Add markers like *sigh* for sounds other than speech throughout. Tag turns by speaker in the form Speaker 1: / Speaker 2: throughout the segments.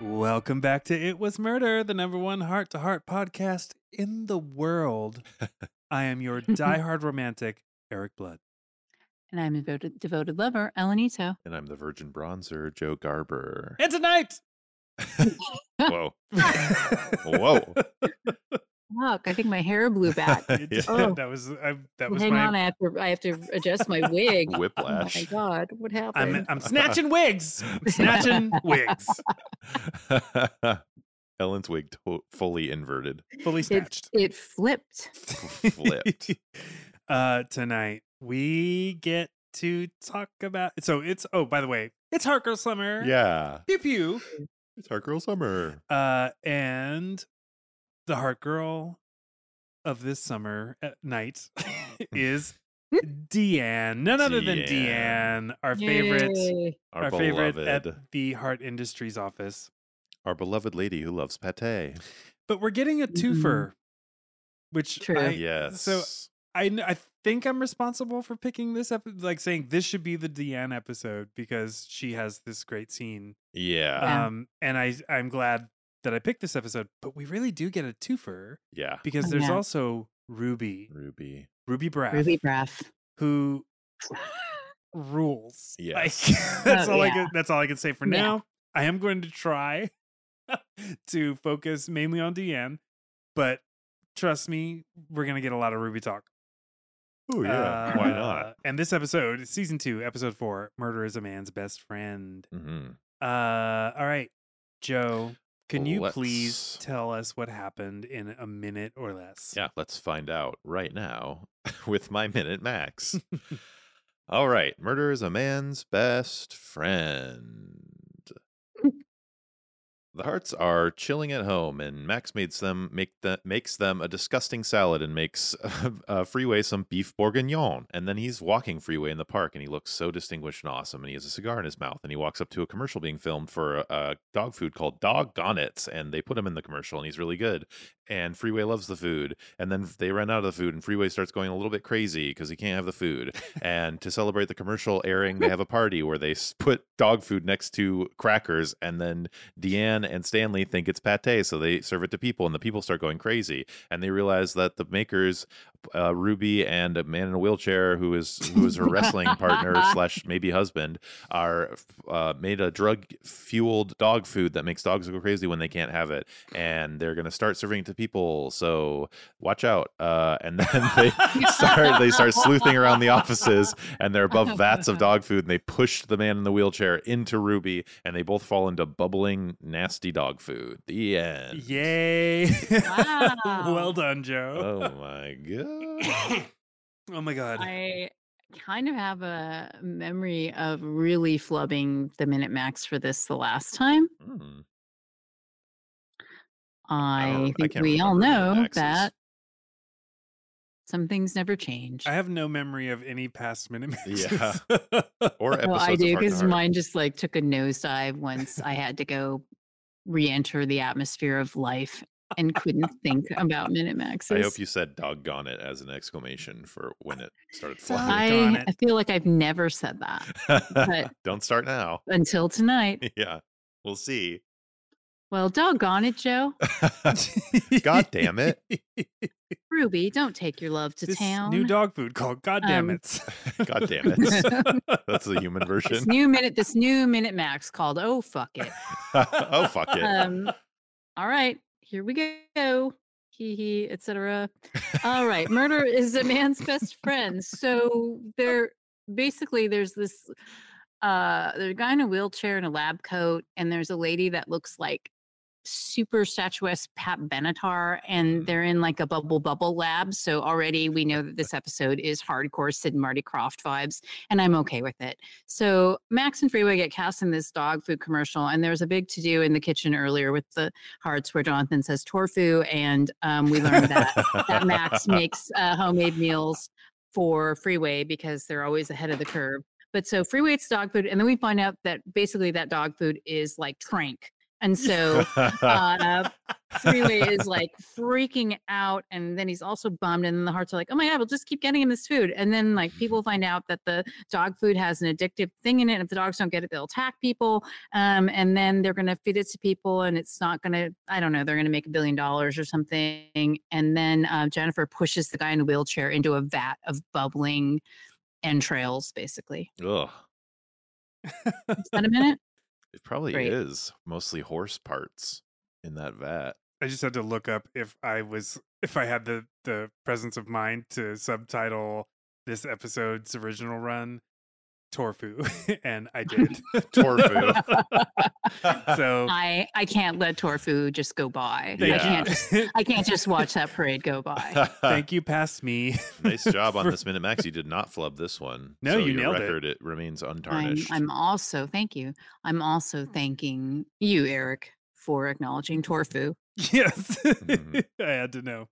Speaker 1: Welcome back to It Was Murder, the number one heart to heart podcast in the world. I am
Speaker 2: *laughs*
Speaker 1: your diehard romantic, Eric Blood.
Speaker 2: And I'm a devoted, devoted lover, Elenito.
Speaker 3: And I'm the virgin bronzer, Joe
Speaker 1: *laughs*
Speaker 3: Garber.
Speaker 1: And tonight,
Speaker 3: Whoa. *laughs*
Speaker 1: oh
Speaker 3: Whoa.
Speaker 2: Look, I think my *laughs* hair blew back.
Speaker 1: You did-
Speaker 2: Oh.
Speaker 1: that was I, that was
Speaker 2: Hang
Speaker 1: my.
Speaker 2: on, I have to I have to adjust my
Speaker 1: *laughs*
Speaker 2: wig. Oh my
Speaker 3: Whiplash.
Speaker 2: god, what happened?
Speaker 3: *laughs*
Speaker 1: I'm I'm snatching wigs,
Speaker 2: *laughs*
Speaker 1: snatching wigs,
Speaker 3: *laughs* Ellen's wig to- fully inverted.
Speaker 1: fully snatched.
Speaker 2: it flipped.
Speaker 3: Flipped.
Speaker 1: *laughs* uh, tonight we get to talk about. So it's oh by the way, it's Heart Girl Summer.
Speaker 3: Yeah.
Speaker 1: pew pew.
Speaker 3: It's our girl summer.
Speaker 1: uh, and the heart girl of this summer at night *laughs* is Deanne, none other than
Speaker 3: Deanne.
Speaker 1: Deanne, our favorite,
Speaker 2: Yay.
Speaker 3: Our,
Speaker 1: our
Speaker 3: beloved.
Speaker 1: favorite at the Heart Industries office.
Speaker 3: our beloved lady who loves pate.
Speaker 1: But we're getting a
Speaker 2: Mhm.
Speaker 1: twofer, which
Speaker 2: True.
Speaker 1: I,
Speaker 3: Yes.
Speaker 1: I kn- I think I'm responsible for picking this up, like saying this should be the Deanne episode because she has this great scene.
Speaker 3: yeah.
Speaker 2: Yeah.
Speaker 1: Um, and I I'm glad that I picked this episode, but we really do get a twofer.
Speaker 3: yeah.
Speaker 1: because
Speaker 2: Oh,
Speaker 1: there's
Speaker 2: yeah.
Speaker 1: also Ruby,
Speaker 3: Ruby.
Speaker 1: Ruby Braff,
Speaker 2: Ruby
Speaker 1: *laughs*
Speaker 2: Braff.
Speaker 1: who rules. *laughs*
Speaker 3: Yes.
Speaker 1: Like, that's
Speaker 2: Oh,
Speaker 1: all I
Speaker 2: yeah.
Speaker 1: can, that's all I can say for
Speaker 2: Yeah.
Speaker 1: now. I am going to try *laughs* to focus mainly on Deanne, but trust me, we're gonna get a lot of Ruby talk.
Speaker 3: Oh,
Speaker 1: Uh,
Speaker 3: Why not?
Speaker 1: And this episode, season two, episode four, "Murder is a Man's Best Friend."
Speaker 3: hmm
Speaker 1: Uh, all right, Joe. Can you please
Speaker 3: Let's-
Speaker 1: tell us what happened in a minute or less?
Speaker 3: Yeah, *laughs* let's find out right now *laughs* with my minute max. All right, murder is a man's best friend. The hearts are chilling at home, and Max makes them make the, makes them a disgusting salad and makes *laughs* uh, Freeway some beef bourguignon. And then he's walking Freeway in the park, and he looks so distinguished and awesome. And he has a cigar in his mouth, and he walks up to a commercial being filmed for a, a dog food called Dog Gonnets, and they put him in the commercial, and he's really good. And Freeway loves the food, and then they run out of the food, and Freeway starts going a little bit crazy because he can't have the food. And to celebrate the commercial airing, they have a party where they s- put dog food next to crackers. And then Deanne and Stanley think it's pate. So they serve it to people, and the people start going crazy. And they realize that the makers, uh, Ruby and a man in a wheelchair who is who is her wrestling partner slash maybe husband, are uh, made a drug fueled dog food that makes dogs go crazy when they can't have it. And they're going to start serving it to people. So watch out. Uh, and *laughs* then they start they start sleuthing around the offices and they're above vats of dog food and they push the man in the wheelchair into Ruby and they both fall into bubbling nasty dog food. The end.
Speaker 1: Yay. *laughs* well
Speaker 2: Wow.
Speaker 1: done, Joe.
Speaker 3: Oh my god.
Speaker 2: *laughs*
Speaker 1: *coughs* oh my god.
Speaker 2: I kind of have a memory of really flubbing the minute max for this the last time.
Speaker 3: Hmm.
Speaker 1: Oh,
Speaker 3: I don't-
Speaker 2: I
Speaker 3: I
Speaker 2: think
Speaker 3: can't
Speaker 2: we all
Speaker 3: remember Minute
Speaker 2: know
Speaker 3: Maxes.
Speaker 2: that some things never change.
Speaker 1: I have no memory of any past minute matches. *laughs*
Speaker 3: Yeah.
Speaker 2: *laughs*
Speaker 3: Or episodes
Speaker 2: Well, I do
Speaker 3: of Heart to
Speaker 2: because
Speaker 3: Heart.
Speaker 2: mine just like took a nosedive once I had to go re-enter the atmosphere of life and couldn't think about Minute Maxes.
Speaker 3: I hope you said doggone it as an exclamation for when it started flying.
Speaker 1: Doggone
Speaker 2: I, I feel like I've never said that but-
Speaker 3: *laughs* Don't start now.
Speaker 2: until tonight.
Speaker 3: Yeah. We'll see.
Speaker 2: *laughs* Well, doggone it,
Speaker 3: *laughs*
Speaker 2: Joe.
Speaker 3: God
Speaker 2: *laughs*
Speaker 3: damn it.
Speaker 2: Ruby, don't take your love to
Speaker 1: This
Speaker 2: town.
Speaker 1: new dog food called God damn
Speaker 2: Um,
Speaker 1: it.
Speaker 3: *laughs* God damn it.
Speaker 1: *laughs*
Speaker 3: *laughs* That's the human
Speaker 2: this
Speaker 3: version.
Speaker 2: new minute, this new Minute Max called "Oh Fuck It."
Speaker 3: oh fuck it.
Speaker 2: Um, all right, here we go. Hee hee, etc. All right, murder is a man's best friend. So there, basically, there's this. Uh, there's a guy in a wheelchair in a lab coat, and there's a lady that looks like super statuesque Pat Benatar, and
Speaker 3: Mhm.
Speaker 2: they're in like a bubble bubble lab. So already we know that this episode is hardcore Sid and Marty Croft vibes, and I'm okay with it. So Max and Freeway get cast in this dog food commercial, and there was a big to do in the kitchen earlier with the hearts where Jonathan says torfu, and um, we learned that
Speaker 3: *laughs*
Speaker 2: that Max makes uh, homemade meals for Freeway because they're always ahead of the curve. But so Freeway eats dog food, and then we find out that basically that dog food is like trank, and so uh, Freeway is like freaking out, and then he's also bummed. And then the hearts are like, "Oh my god, we'll just keep getting him this food." And then like people find out that the dog food has an addictive thing in it. If the dogs don't get it, they'll attack people. Um, and then they're gonna feed it to people, and it's not gonna. I don't know. They're gonna make a billion dollars or something. And then uh, Jennifer pushes the guy in the wheelchair into a vat of bubbling entrails, basically. *laughs*
Speaker 3: Ugh.
Speaker 2: Is that a minute?
Speaker 3: It probably
Speaker 2: Great.
Speaker 3: is mostly horse parts in
Speaker 2: *laughs*
Speaker 3: that vat.
Speaker 1: I just had to look up if I was if I had the the presence of mind to subtitle this episode's original run Torfu, *laughs* and I did.
Speaker 3: Torfu.
Speaker 1: *laughs*
Speaker 2: *laughs*
Speaker 1: so *laughs*
Speaker 2: I I can't let Torfu just go by.
Speaker 1: thank
Speaker 2: I can't
Speaker 1: you.
Speaker 2: just I can't just watch that parade go
Speaker 3: *laughs*
Speaker 2: by.
Speaker 1: thank you, past me.
Speaker 3: nice job on
Speaker 1: for-
Speaker 3: this minute, Max. You did not flub this one.
Speaker 1: No,
Speaker 3: so
Speaker 1: you
Speaker 3: your
Speaker 1: nailed it.
Speaker 3: record, it. remains
Speaker 2: I'm,
Speaker 3: untarnished.
Speaker 2: I'm also thank you. I'm also thanking you, Eric, for acknowledging Torfu.
Speaker 1: *laughs* Yes,
Speaker 3: Mhm.
Speaker 1: *laughs* I had to know.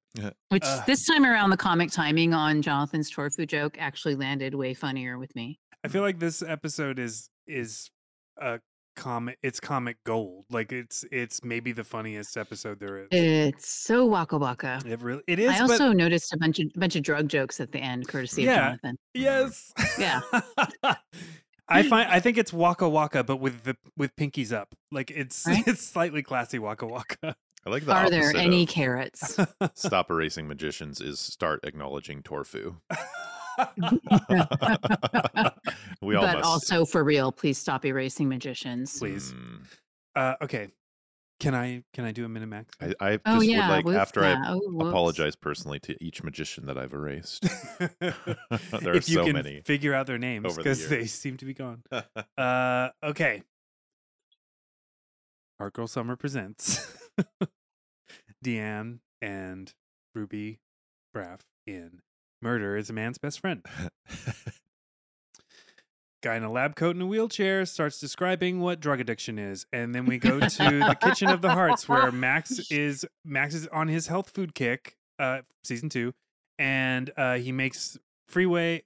Speaker 2: Which
Speaker 1: Uh.
Speaker 2: this time around, the comic timing on Jonathan's Torfu joke actually landed way funnier with me.
Speaker 1: I
Speaker 3: Mm-hmm.
Speaker 1: feel like this episode is is a comic. It's comic gold. Like it's it's maybe the funniest episode there is.
Speaker 2: It's so waka waka.
Speaker 1: It really it is.
Speaker 2: I
Speaker 1: but
Speaker 2: also noticed a bunch of a bunch of drug jokes at the end, courtesy
Speaker 1: Yeah.
Speaker 2: of
Speaker 3: *laughs*
Speaker 2: Jonathan.
Speaker 1: yes,
Speaker 2: Yeah.
Speaker 1: *laughs*
Speaker 2: Mm.
Speaker 1: I find I think it's Waka Waka, but with the with pinkies up. Like it's *laughs*
Speaker 2: Right?
Speaker 1: it's slightly classy Waka Waka.
Speaker 3: I like the
Speaker 2: Are there
Speaker 3: opposite
Speaker 2: any
Speaker 3: of
Speaker 2: carrots?
Speaker 3: stop erasing magicians is start acknowledging Torfu. *laughs*
Speaker 2: Mm-hmm.
Speaker 3: *laughs* we all
Speaker 2: but
Speaker 3: must
Speaker 2: also for real, please stop erasing
Speaker 1: *laughs*
Speaker 2: magicians.
Speaker 1: Please.
Speaker 3: Mm.
Speaker 1: Uh, okay, can I can I do a Minimax? *laughs*
Speaker 3: I, *laughs* I just
Speaker 2: Oh yeah.
Speaker 3: would like
Speaker 2: whoops,
Speaker 3: after
Speaker 2: yeah, oh,
Speaker 3: I
Speaker 2: whoops.
Speaker 3: apologize personally to each magician that
Speaker 2: *laughs*
Speaker 3: I've erased. *laughs* there are
Speaker 1: if you
Speaker 3: so
Speaker 1: can
Speaker 3: many.
Speaker 1: figure out their names
Speaker 3: over the
Speaker 1: because they
Speaker 3: years.
Speaker 1: seem to be gone.
Speaker 3: Hmm, *laughs*
Speaker 1: Uh, okay. Our Girl Summer presents *laughs* Deanne and Ruby Braff in Murder is a Man's Best Friend. Guy in a lab coat and a wheelchair starts describing what drug addiction is, and then we go to the Kitchen of the Hearts where Max is Max is on his health food kick, uh, season two, and uh, he makes Freeway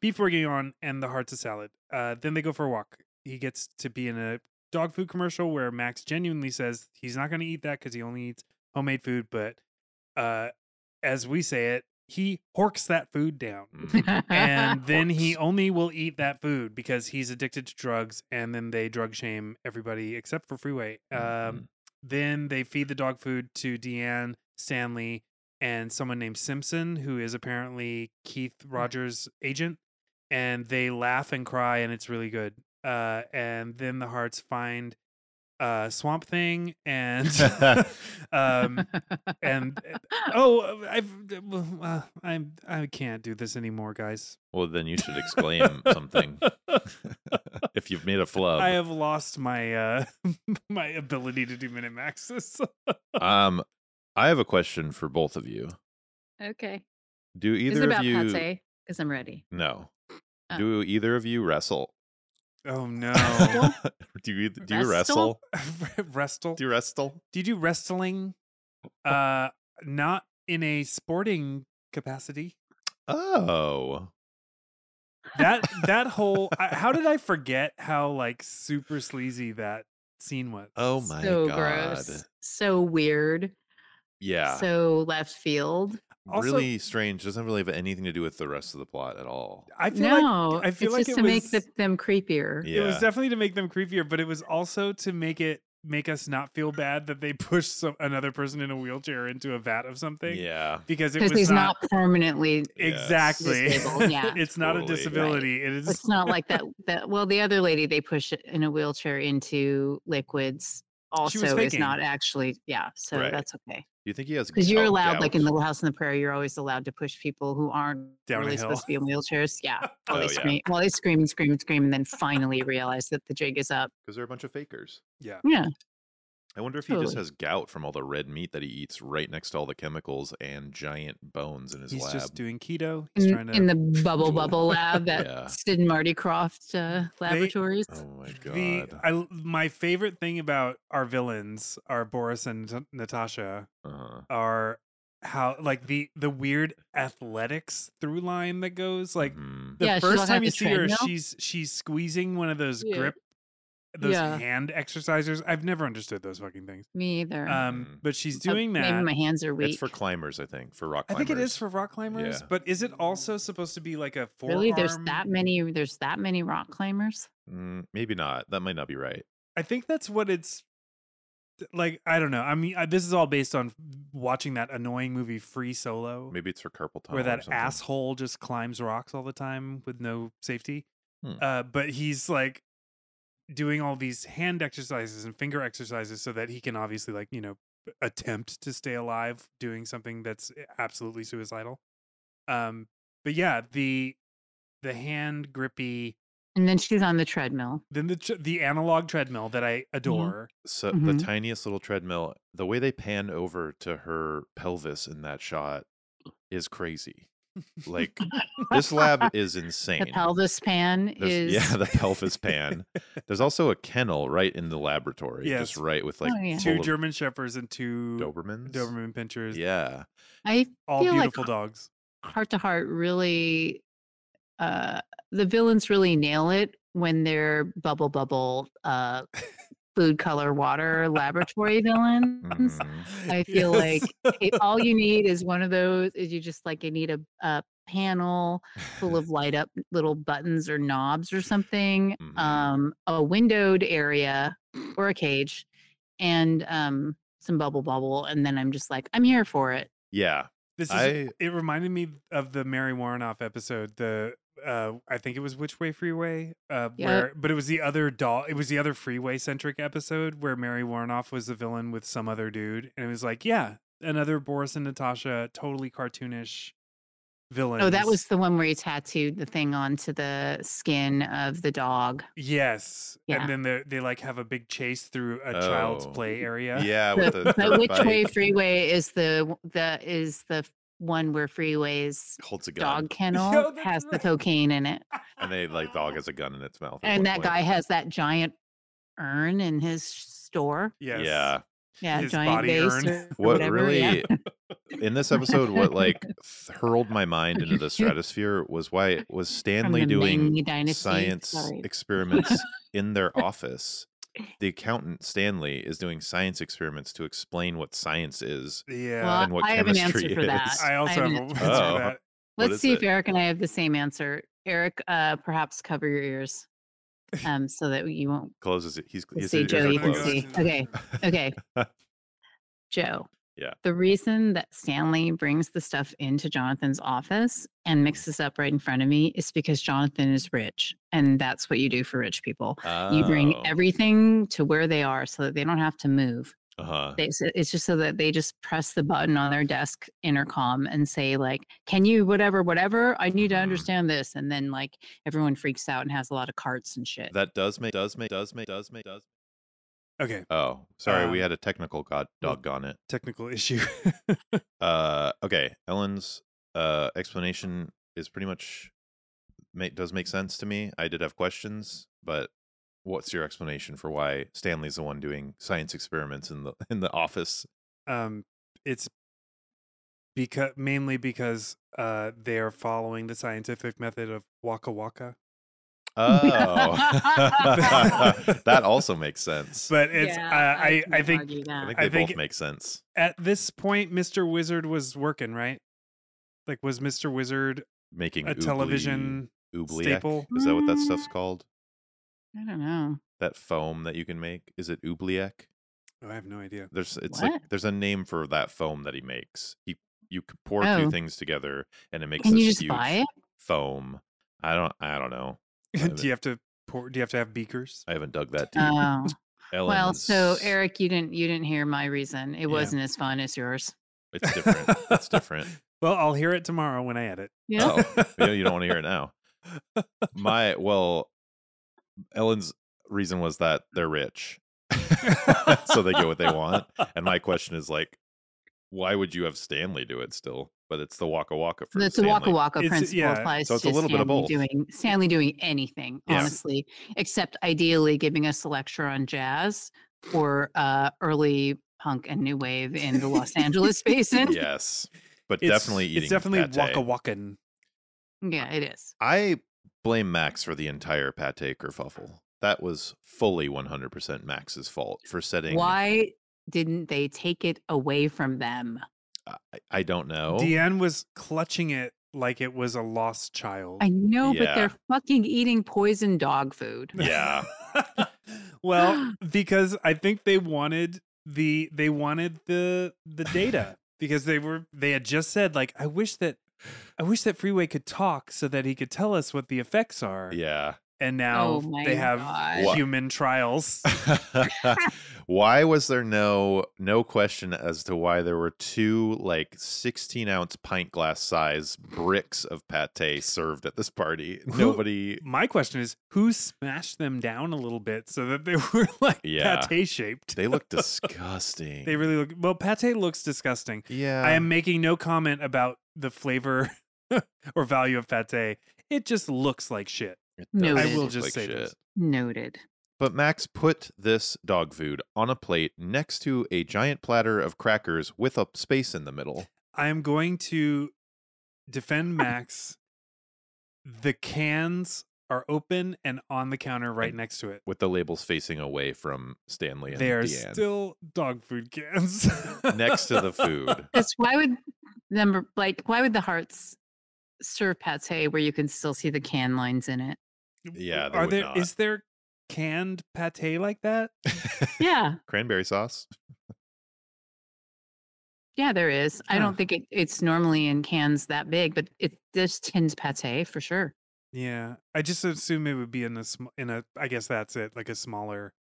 Speaker 1: beef bourguignon and the hearts of salad. Uh, then they go for a walk. He gets to be in a dog food commercial where Max genuinely says he's not going to eat that because he only eats homemade food. But uh, as we say it, he horks that food down.
Speaker 3: Mm.
Speaker 2: *laughs*
Speaker 1: And then he only will eat that food because he's addicted to drugs. And then they drug shame everybody except for Freeway. Um,
Speaker 3: Mhm.
Speaker 1: then they feed the dog food to Deanne, Stanley, and someone named Simpson, who is apparently Keith Rogers' agent. And they laugh and cry, and it's really good. Uh, and then the hearts find uh, Swamp Thing, *laughs* and
Speaker 2: *laughs*
Speaker 1: um, and oh, I've uh, I'm I can't do this anymore, guys.
Speaker 3: well, then you should *laughs* exclaim
Speaker 1: *laughs*
Speaker 3: something. if you've made a flub,
Speaker 1: I have lost my uh, *laughs* my ability to do minimaxes.
Speaker 3: *laughs* um, I have a question for both of you.
Speaker 2: okay.
Speaker 3: Do
Speaker 2: Is
Speaker 3: either
Speaker 2: it about
Speaker 3: of you?
Speaker 2: pate? Because I'm ready.
Speaker 3: No.
Speaker 2: Oh.
Speaker 3: Do either of you wrestle? *laughs*
Speaker 1: oh no, *laughs*
Speaker 3: do you do you
Speaker 2: Wrestle?
Speaker 3: wrestle?
Speaker 1: Restle.
Speaker 3: Do you wrestle?
Speaker 1: do you do wrestling uh not in a sporting capacity
Speaker 3: Oh, *laughs*
Speaker 1: that that whole I, how did i forget how like super sleazy that scene was
Speaker 3: oh my
Speaker 2: so
Speaker 3: god!
Speaker 2: gross. So weird.
Speaker 3: Yeah,
Speaker 2: So left field.
Speaker 1: Also-
Speaker 3: really strange. Doesn't really have anything to do with the rest of the plot at all.
Speaker 1: i feel like
Speaker 2: no,
Speaker 1: I feel
Speaker 2: it's
Speaker 1: like
Speaker 2: just
Speaker 1: it
Speaker 2: to make
Speaker 1: was-
Speaker 2: the, them creepier.
Speaker 3: Yeah,
Speaker 1: it was definitely to make them creepier but it was also to make it make us not feel bad that they pushed some, another person in a wheelchair into a vat of something
Speaker 3: yeah.
Speaker 1: because it
Speaker 2: Because
Speaker 1: was
Speaker 2: he's
Speaker 1: not,
Speaker 2: not, permanently.
Speaker 3: Yes.
Speaker 1: exactly
Speaker 2: Disabled, yeah.
Speaker 1: *laughs* it's not
Speaker 3: Totally.
Speaker 1: a
Speaker 3: Right.
Speaker 1: disability it is
Speaker 2: It's
Speaker 1: *laughs*
Speaker 2: not like that. That well, the other lady they push in a wheelchair into liquids
Speaker 1: She was
Speaker 2: also is
Speaker 1: faking.
Speaker 2: not actually. Yeah, so
Speaker 3: Right.
Speaker 2: that's okay.
Speaker 3: Do you think he has?
Speaker 2: Because you're
Speaker 1: Oh,
Speaker 3: gout-
Speaker 2: allowed, like in
Speaker 3: gout?
Speaker 2: the House on the Prairie, you're always allowed to push people who aren't
Speaker 1: Down a
Speaker 2: really
Speaker 1: hill.
Speaker 2: supposed to be in wheelchairs.
Speaker 1: *laughs*
Speaker 2: Yeah. While
Speaker 3: Oh,
Speaker 2: they
Speaker 3: yeah.
Speaker 2: scream, while they scream and scream and scream, and then finally realize that the jig is up.
Speaker 3: because they're a bunch of fakers.
Speaker 1: yeah
Speaker 2: Yeah.
Speaker 3: I wonder if he just
Speaker 2: Totally.
Speaker 3: has gout from all the red meat that he eats right next to all the chemicals and giant bones in his
Speaker 1: he's
Speaker 3: lab.
Speaker 1: just doing keto he's trying
Speaker 2: In,
Speaker 1: to
Speaker 2: in the bubble bubble lab at
Speaker 3: Yeah.
Speaker 2: Sid and Marty Croft uh, Laboratories.
Speaker 3: oh my god!
Speaker 1: *laughs* The I l my favorite thing about our villains, our Boris and Nat- Natasha,
Speaker 3: uh-huh.
Speaker 1: are how like the the weird athletics through line that goes like
Speaker 3: Mhm.
Speaker 1: the
Speaker 2: Yeah, she's
Speaker 1: first
Speaker 2: on
Speaker 1: time
Speaker 2: the
Speaker 1: you see her,
Speaker 2: treadmill.
Speaker 1: she's she's squeezing one of those
Speaker 2: Yeah.
Speaker 1: grip those
Speaker 2: Yeah.
Speaker 1: hand exercisers. I've never understood those fucking things.
Speaker 2: Me either.
Speaker 3: Mm-hmm.
Speaker 1: Um, but she's
Speaker 2: Oh,
Speaker 1: doing that.
Speaker 2: Maybe my hands are weak.
Speaker 3: It's for climbers, I think, for rock
Speaker 1: I
Speaker 3: climbers.
Speaker 1: think it is for rock climbers,
Speaker 3: Yeah.
Speaker 1: but is it also supposed to be like a forearm?
Speaker 2: Really, there's that many. There's that many rock climbers.
Speaker 3: Mm, maybe not. That might not be right.
Speaker 1: I think that's what it's like. I don't know. I mean, I, this is all based on watching that annoying movie Free Solo,
Speaker 3: Maybe it's for carpal tunnel.
Speaker 1: where
Speaker 3: or
Speaker 1: that
Speaker 3: something.
Speaker 1: asshole just climbs rocks all the time with no safety.
Speaker 3: Hmm.
Speaker 1: Uh, but he's like doing all these hand exercises and finger exercises so that he can obviously like you know attempt to stay alive doing something that's eh, absolutely suicidal. Um, but yeah, the the hand grippy
Speaker 2: And then she's on the treadmill.
Speaker 1: then the tr- the analog treadmill that I
Speaker 3: Mm-hmm.
Speaker 1: adore.
Speaker 3: So
Speaker 2: Mhm.
Speaker 3: the tiniest little treadmill, the way they pan over to her pelvis in that shot is crazy. Like this
Speaker 2: *laughs*
Speaker 3: lab is
Speaker 2: The
Speaker 3: insane.
Speaker 2: pelvis pan
Speaker 3: There's-
Speaker 2: is.
Speaker 3: yeah, *laughs* the
Speaker 2: *laughs*
Speaker 3: pelvis pan. There's also a kennel right in the laboratory,
Speaker 1: Yes.
Speaker 3: just right with
Speaker 2: Oh,
Speaker 3: like
Speaker 2: yeah.
Speaker 3: full
Speaker 1: two
Speaker 3: of
Speaker 1: German shepherds and two
Speaker 3: Dobermans.
Speaker 1: Doberman pinchers.
Speaker 2: *laughs*
Speaker 3: Yeah,
Speaker 2: I
Speaker 1: all
Speaker 2: feel like
Speaker 1: beautiful dogs.
Speaker 2: heart to heart really. Uh, the villains really nail it
Speaker 1: *laughs*
Speaker 2: when they're bubble bubble. Uh, food color water laboratory villains.
Speaker 1: *laughs*
Speaker 3: Mhm.
Speaker 2: I feel like it- all you need is one of those. Is you just like you need a, a panel
Speaker 1: Mm-hmm.
Speaker 2: full of light up little buttons or knobs or something,
Speaker 1: Mm-hmm.
Speaker 3: Mhm.
Speaker 2: um, a windowed area or a cage, and um, some bubble bubble. And then I'm just like, I'm here for it.
Speaker 3: *laughs*
Speaker 1: *laughs*
Speaker 3: yeah.
Speaker 1: this is
Speaker 3: I
Speaker 1: it reminded me of the Mary Warrenoff episode. The uh, I think it was Which Way Freeway, uh,
Speaker 2: Yeah.
Speaker 1: where but it was the other doll. It was the other freeway centric episode where Mary Warrenoff was the villain with some other dude, and it was like, yeah, another Boris and Natasha, totally cartoonish villain.
Speaker 2: Oh, that was the one where he tattooed the thing onto the skin of the dog.
Speaker 1: yes,
Speaker 2: Yeah.
Speaker 1: and then they they like have a big chase through a child's
Speaker 3: Oh.
Speaker 1: play area.
Speaker 3: Yeah, with the
Speaker 2: The, the
Speaker 3: dirt
Speaker 2: which way
Speaker 3: bike,
Speaker 2: freeway is the w- the is the f- one where freeways
Speaker 3: holds a gun
Speaker 1: *laughs*
Speaker 2: dog kennel
Speaker 1: that's
Speaker 2: has the
Speaker 1: right.
Speaker 2: cocaine in it.
Speaker 1: *laughs*
Speaker 3: and they like dog has a gun in its mouth. at one
Speaker 2: and that
Speaker 3: point.
Speaker 2: guy has that giant urn in his store.
Speaker 1: Yes.
Speaker 3: Yeah.
Speaker 2: Yeah,
Speaker 1: His
Speaker 2: giant
Speaker 1: body
Speaker 2: base.
Speaker 3: *laughs*
Speaker 1: urn.
Speaker 2: or
Speaker 3: what
Speaker 2: whatever,
Speaker 3: really
Speaker 2: yeah.
Speaker 3: in this episode what
Speaker 2: *laughs*
Speaker 3: like th- hurled my mind into the stratosphere was why was
Speaker 2: From
Speaker 3: stanley
Speaker 2: the
Speaker 3: doing
Speaker 2: Ming dynasty.
Speaker 3: science
Speaker 2: Sorry. *laughs*
Speaker 3: experiments in their office the accountant stanley is doing science experiments to explain what science is
Speaker 1: Yeah.
Speaker 2: well,
Speaker 3: and what
Speaker 2: I have an answer
Speaker 3: chemistry
Speaker 2: for that.
Speaker 3: is.
Speaker 1: I also
Speaker 2: have
Speaker 1: have
Speaker 3: *laughs*
Speaker 2: an
Speaker 1: a
Speaker 2: answer.
Speaker 1: answer
Speaker 3: Oh.
Speaker 1: for *laughs* that.
Speaker 3: What
Speaker 2: Let's
Speaker 3: is
Speaker 2: see if
Speaker 3: it?
Speaker 2: Eric and I have the same answer. Eric, uh, perhaps cover your ears, um, so that you
Speaker 3: *laughs*
Speaker 2: won't
Speaker 3: closes it he's his
Speaker 2: see
Speaker 3: ears are
Speaker 2: Joe. You can
Speaker 3: closed.
Speaker 2: see. Okay,
Speaker 3: *laughs*
Speaker 2: okay. Joe.
Speaker 3: Yeah.
Speaker 2: The reason that Stanley brings the stuff into Jonathan's office and mixes up right in front of me is because Jonathan is rich, and that's what you do for rich people. You bring
Speaker 3: Oh,
Speaker 2: everything to where they are so that they don't have to move.
Speaker 3: uh-huh.
Speaker 2: They, so- it's just so that they just press the button on their desk intercom and say, like, can you whatever, whatever? I need to
Speaker 3: Mhm.
Speaker 2: understand this. And then, like, everyone freaks out and has a lot of carts and shit.
Speaker 3: that does make does make does make does make does
Speaker 1: Okay.
Speaker 3: oh sorry we
Speaker 2: Uh,
Speaker 1: Um,
Speaker 3: had a technical god doggone it
Speaker 1: Technical issue. *laughs*
Speaker 3: uh okay ellen's uh explanation is pretty much ma- does make sense to me i did have questions but what's your explanation for why stanley's the one doing science experiments in the *laughs* in the office
Speaker 1: um, it's because mainly because uh, they are following the scientific method of waka waka.
Speaker 3: oh *laughs* that also makes sense
Speaker 1: But it's
Speaker 2: Yeah,
Speaker 1: uh, I I
Speaker 2: can't
Speaker 1: think
Speaker 2: argue
Speaker 3: i think
Speaker 2: that.
Speaker 3: they
Speaker 1: I think-
Speaker 3: both make sense
Speaker 1: at this point, Mr. Wizard was working right. Like, was Mr. Wizard
Speaker 3: making
Speaker 1: a television
Speaker 3: oobly
Speaker 1: staple?
Speaker 3: is that what that stuff's called
Speaker 2: I don't know.
Speaker 3: that foam that you can make is it oubliette
Speaker 1: Oh, I have no idea.
Speaker 3: There's it's
Speaker 2: What?
Speaker 3: like there's a name for that foam that he makes. He you c- pour
Speaker 2: Oh.
Speaker 3: two things together and it makes
Speaker 2: Can
Speaker 3: this
Speaker 2: you just
Speaker 3: huge
Speaker 2: buy it?
Speaker 3: foam. I don't I don't know.
Speaker 1: *laughs*
Speaker 3: haven't-
Speaker 1: do you have to pour? Do you have to have beakers?
Speaker 3: I haven't dug that deep.
Speaker 2: Oh. Well, so
Speaker 3: Ellen's-
Speaker 2: Eric, you didn't you didn't hear my reason. It
Speaker 1: Yeah.
Speaker 2: wasn't as fun as yours.
Speaker 3: it's different.
Speaker 2: *laughs*
Speaker 3: It's different.
Speaker 1: well, I'll hear it tomorrow when I edit.
Speaker 2: Yeah.
Speaker 3: Oh, you, know,
Speaker 1: *laughs*
Speaker 3: you don't *laughs* want to hear it now. My well, Ellen's reason was that they're
Speaker 2: *laughs*
Speaker 3: rich, so they get what they want. And my question is like, why would you have Stanley do it still? But it's the Waka Waka for
Speaker 2: It's a waka
Speaker 3: Stanley.
Speaker 2: waka
Speaker 1: It's-
Speaker 2: principle
Speaker 1: yeah,
Speaker 2: applies
Speaker 3: so it's
Speaker 2: to
Speaker 3: a little bit
Speaker 2: Stanley
Speaker 3: of both.
Speaker 2: doing Stanley doing anything,
Speaker 1: Yeah.
Speaker 2: honestly, except ideally giving us a lecture on jazz or uh, early punk and new wave in the Los Angeles
Speaker 3: *laughs*
Speaker 2: basin. *laughs* Yeah,
Speaker 3: Yes, but
Speaker 1: It's-
Speaker 3: definitely eating.
Speaker 1: It's definitely
Speaker 3: pate.
Speaker 1: waka wakan.
Speaker 2: it is.
Speaker 3: I blame Max for the entire pate kerfuffle. that was fully 100% Max's fault for setting.
Speaker 2: Why didn't they take it away from them?
Speaker 3: I, I don't know.
Speaker 1: *laughs* Deanne was clutching it like it was a lost child.
Speaker 2: I know, but
Speaker 3: Yeah.
Speaker 2: they're fucking eating poison dog food.
Speaker 1: *laughs*
Speaker 3: Yeah.
Speaker 2: *gasps*
Speaker 1: well, because I think they wanted the they wanted the the
Speaker 2: *laughs*
Speaker 1: data because they were they had just said like I wish that I wish that Freeway could talk so that he could tell us what the effects are.
Speaker 3: yeah. *laughs*
Speaker 1: And now
Speaker 2: Oh my
Speaker 1: they have
Speaker 2: God.
Speaker 3: Wha-
Speaker 1: human
Speaker 3: *laughs*
Speaker 1: trials.
Speaker 3: why was there no no question as to why there were two like 16 ounce pint glass size bricks of pate served at this party
Speaker 1: Who-
Speaker 3: nobody
Speaker 1: My question is who smashed them down a little bit so that they *laughs* were like
Speaker 3: Yeah.
Speaker 1: pate shaped?
Speaker 3: they
Speaker 1: *laughs*
Speaker 3: look disgusting
Speaker 1: They really look well pate looks disgusting.
Speaker 3: yeah
Speaker 1: I am making no comment about the flavor *laughs* or value of pate. It just looks like shit.
Speaker 3: It
Speaker 2: No,
Speaker 3: does
Speaker 2: I will
Speaker 3: look
Speaker 1: just say this.
Speaker 2: Noted.
Speaker 3: But Max put this dog food on a plate next to a giant platter of crackers with a space in the middle.
Speaker 1: I am going to
Speaker 3: *laughs*
Speaker 1: defend Max. The cans are open and on the counter right
Speaker 3: And
Speaker 1: next to it.
Speaker 3: With the labels facing away from Stanley and
Speaker 1: They are
Speaker 3: Deanne.
Speaker 1: still dog food cans
Speaker 3: next
Speaker 1: *laughs*
Speaker 3: to the food. *laughs*
Speaker 2: Because why would number like why would the hearts serve pate where you can still see the can lines in it?
Speaker 3: Yeah, they
Speaker 1: are
Speaker 3: would
Speaker 1: there? Is
Speaker 3: not.
Speaker 1: there canned pate like that?
Speaker 2: Yeah,
Speaker 3: Cranberry sauce.
Speaker 2: yeah, there is. I
Speaker 1: Huh.
Speaker 2: don't think it, it's normally in cans that big, but it there's tins pate for sure.
Speaker 1: Yeah, I just assume it would be in a sm- in a. I guess that's it, like a smaller.